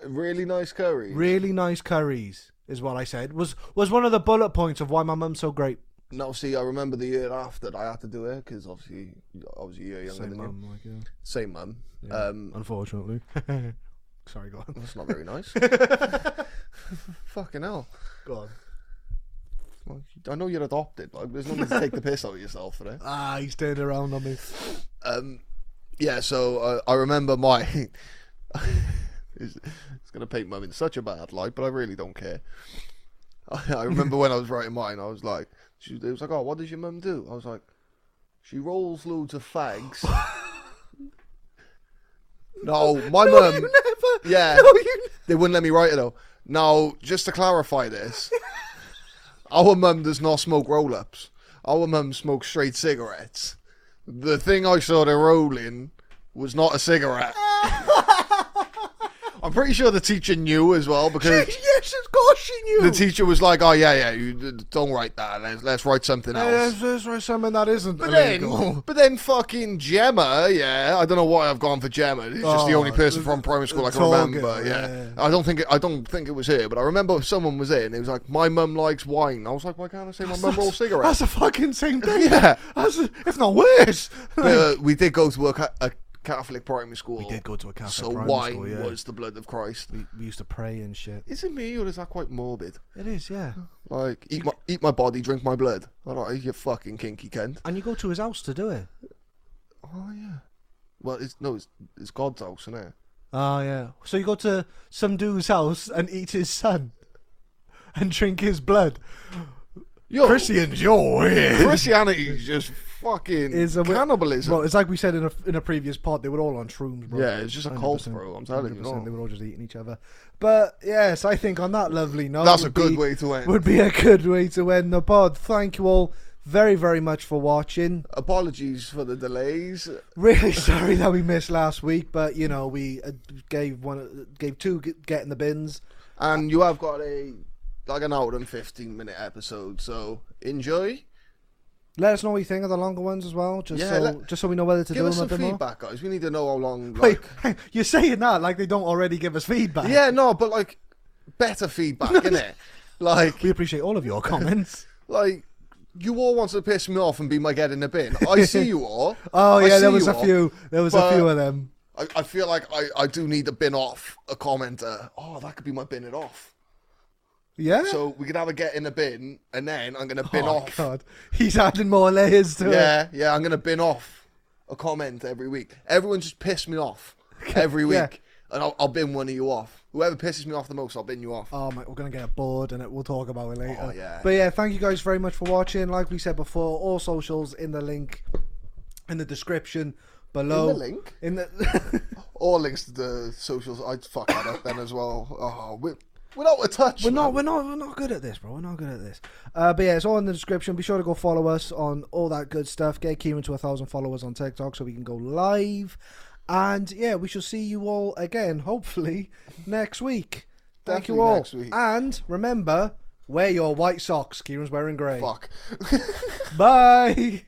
B: Really nice curry.
A: really nice curries is what i said was was one of the bullet points of why my mum's so great
B: no, see, I remember the year after that I had to do it because obviously I was a year younger than you.
A: like, yeah.
B: Same mum. Um,
A: unfortunately <laughs> sorry go on
B: that's not very <laughs> nice. Fucking hell.
A: go on
B: Well, I know you're adopted. Like, there's no need to take the piss out of yourself for it.
A: Ah, he's turned around on me.
B: Um, yeah, so uh, I remember my. <laughs> it's it's going to paint mum in such a bad light, but I really don't care. <laughs> I, I remember when I was writing mine, I was like, she it was like, oh, what does your mum do? I was like, she rolls loads of fags. no, my mum.
A: never.
B: Yeah.
A: you.
B: They wouldn't let me write it though. Now, just to clarify this, our mum does not smoke roll ups. Our mum smokes straight cigarettes. The thing I saw her rolling was not a cigarette. I'm pretty sure the teacher knew as
A: <laughs>
B: well because
A: yes, of course she knew.
B: the teacher was like, "Oh yeah, yeah, you d- don't write that. Let's, let's write something else."
A: There's there's something that isn't
B: But
A: illegal. <laughs>
B: then, but then fucking Gemma, yeah. I don't know why I've gone for Gemma. It's just the
A: Oh,
B: only person
A: uh,
B: from primary school I can
A: Tolga,
B: remember. Yeah.
A: yeah.
B: I don't think it, I don't think it was here, but I remember someone was there and it was like, "My mum likes wine." I was like, "Why can't I say
A: <laughs>
B: my mum rolls cigarettes?"
A: That's the fucking same thing.
B: Yeah.
A: That's a, if not worse.
B: But, uh, we did go to a, ca- a Catholic primary school. We
A: go to a cafe.
B: so wine was the blood of Christ.
A: We, we used to pray and shit.
B: Is it me or is that quite morbid?
A: It is, yeah.
B: Like, eat my eat my body, drink my blood. All right, you fucking kinky cunt.
A: And you go to his house to do it.
B: Oh yeah. Well, it's no, it's it's God's house, isn't it?
A: Oh yeah. So you go to some dude's house and eat his son, and drink his blood.
B: Yo,
A: Christians, you're weird.
B: <laughs> Christianity is just fucking
A: Is a-
B: cannibalism.
A: Well, it's like we said in a, in a previous part, they were all on shrooms, bro.
B: yeah, it's just a cult,
A: 100%,
B: bro. I'm telling you.
A: 100%, They
B: No.
A: were all just eating each other. But yes, I think on that lovely note,
B: That's a
A: would
B: good
A: be-
B: way to end.
A: Would be a good way to end the pod. Thank you all very very much for watching.
B: Apologies for the delays.
A: Really <laughs> sorry that we missed last week, but you know we uh, gave one gave two g- get in the bins.
B: And you have got a like an hour and 15 minute episode, so enjoy.
A: Let us know what you think of the longer ones as well, just
B: Yeah,
A: so
B: let-
A: just so we know whether to
B: Give
A: do
B: us
A: them a
B: some
A: bit more.
B: feedback, guys. We need to know
A: <laughs>
B: how long.
A: Wait,
B: Like,
A: you're saying that like they don't already give us feedback?
B: yeah, no, but like
A: <laughs>
B: better feedback, innit? Like,
A: we appreciate all of
B: <laughs>
A: your comments.
B: like. You all want to piss me off and be my get in the bin. I see you all.
A: <laughs> Oh
B: I
A: yeah, there
B: see
A: was
B: you
A: a
B: all.
A: few. There was a
B: but-
A: few of them.
B: I, I feel like I, I do need to bin off a commenter. Oh, that could be my bin it off.
A: Yeah.
B: So we can have a get in the bin, and then I'm gonna bin
A: oh
B: off.
A: God, <laughs> he's adding more layers to it.
B: Yeah, yeah, I'm gonna bin off a comment every week. Everyone just piss
A: <laughs>
B: me off every week,
A: Yeah.
B: and I'll, I'll bin one of you off. Whoever pisses me off the most, I'll bin you off.
A: Oh my, we're gonna get a board and it, we'll talk about it later.
B: Oh, yeah.
A: But yeah, thank you guys very much for watching. Like we said before, all socials in the link in the description below.
B: In the link?
A: In
B: <laughs>
A: the <laughs>
B: All links to the socials. I'd fuck that up then as well. Oh, we're, we're not a touch.
A: we're not
B: man.
A: we're not we're not good at this, bro. We're not good at this. Uh, but yeah, it's all in the description. Be sure to go follow us on all that good stuff. Get Kieran to a thousand followers on TikTok so we can go live. And yeah, we shall see you all again, hopefully <laughs> next week. Thank you
B: Definitely
A: all.
B: next week.
A: And
B: <laughs>
A: remember, wear your white socks. Kieran's wearing grey.
B: Fuck.
A: Bye.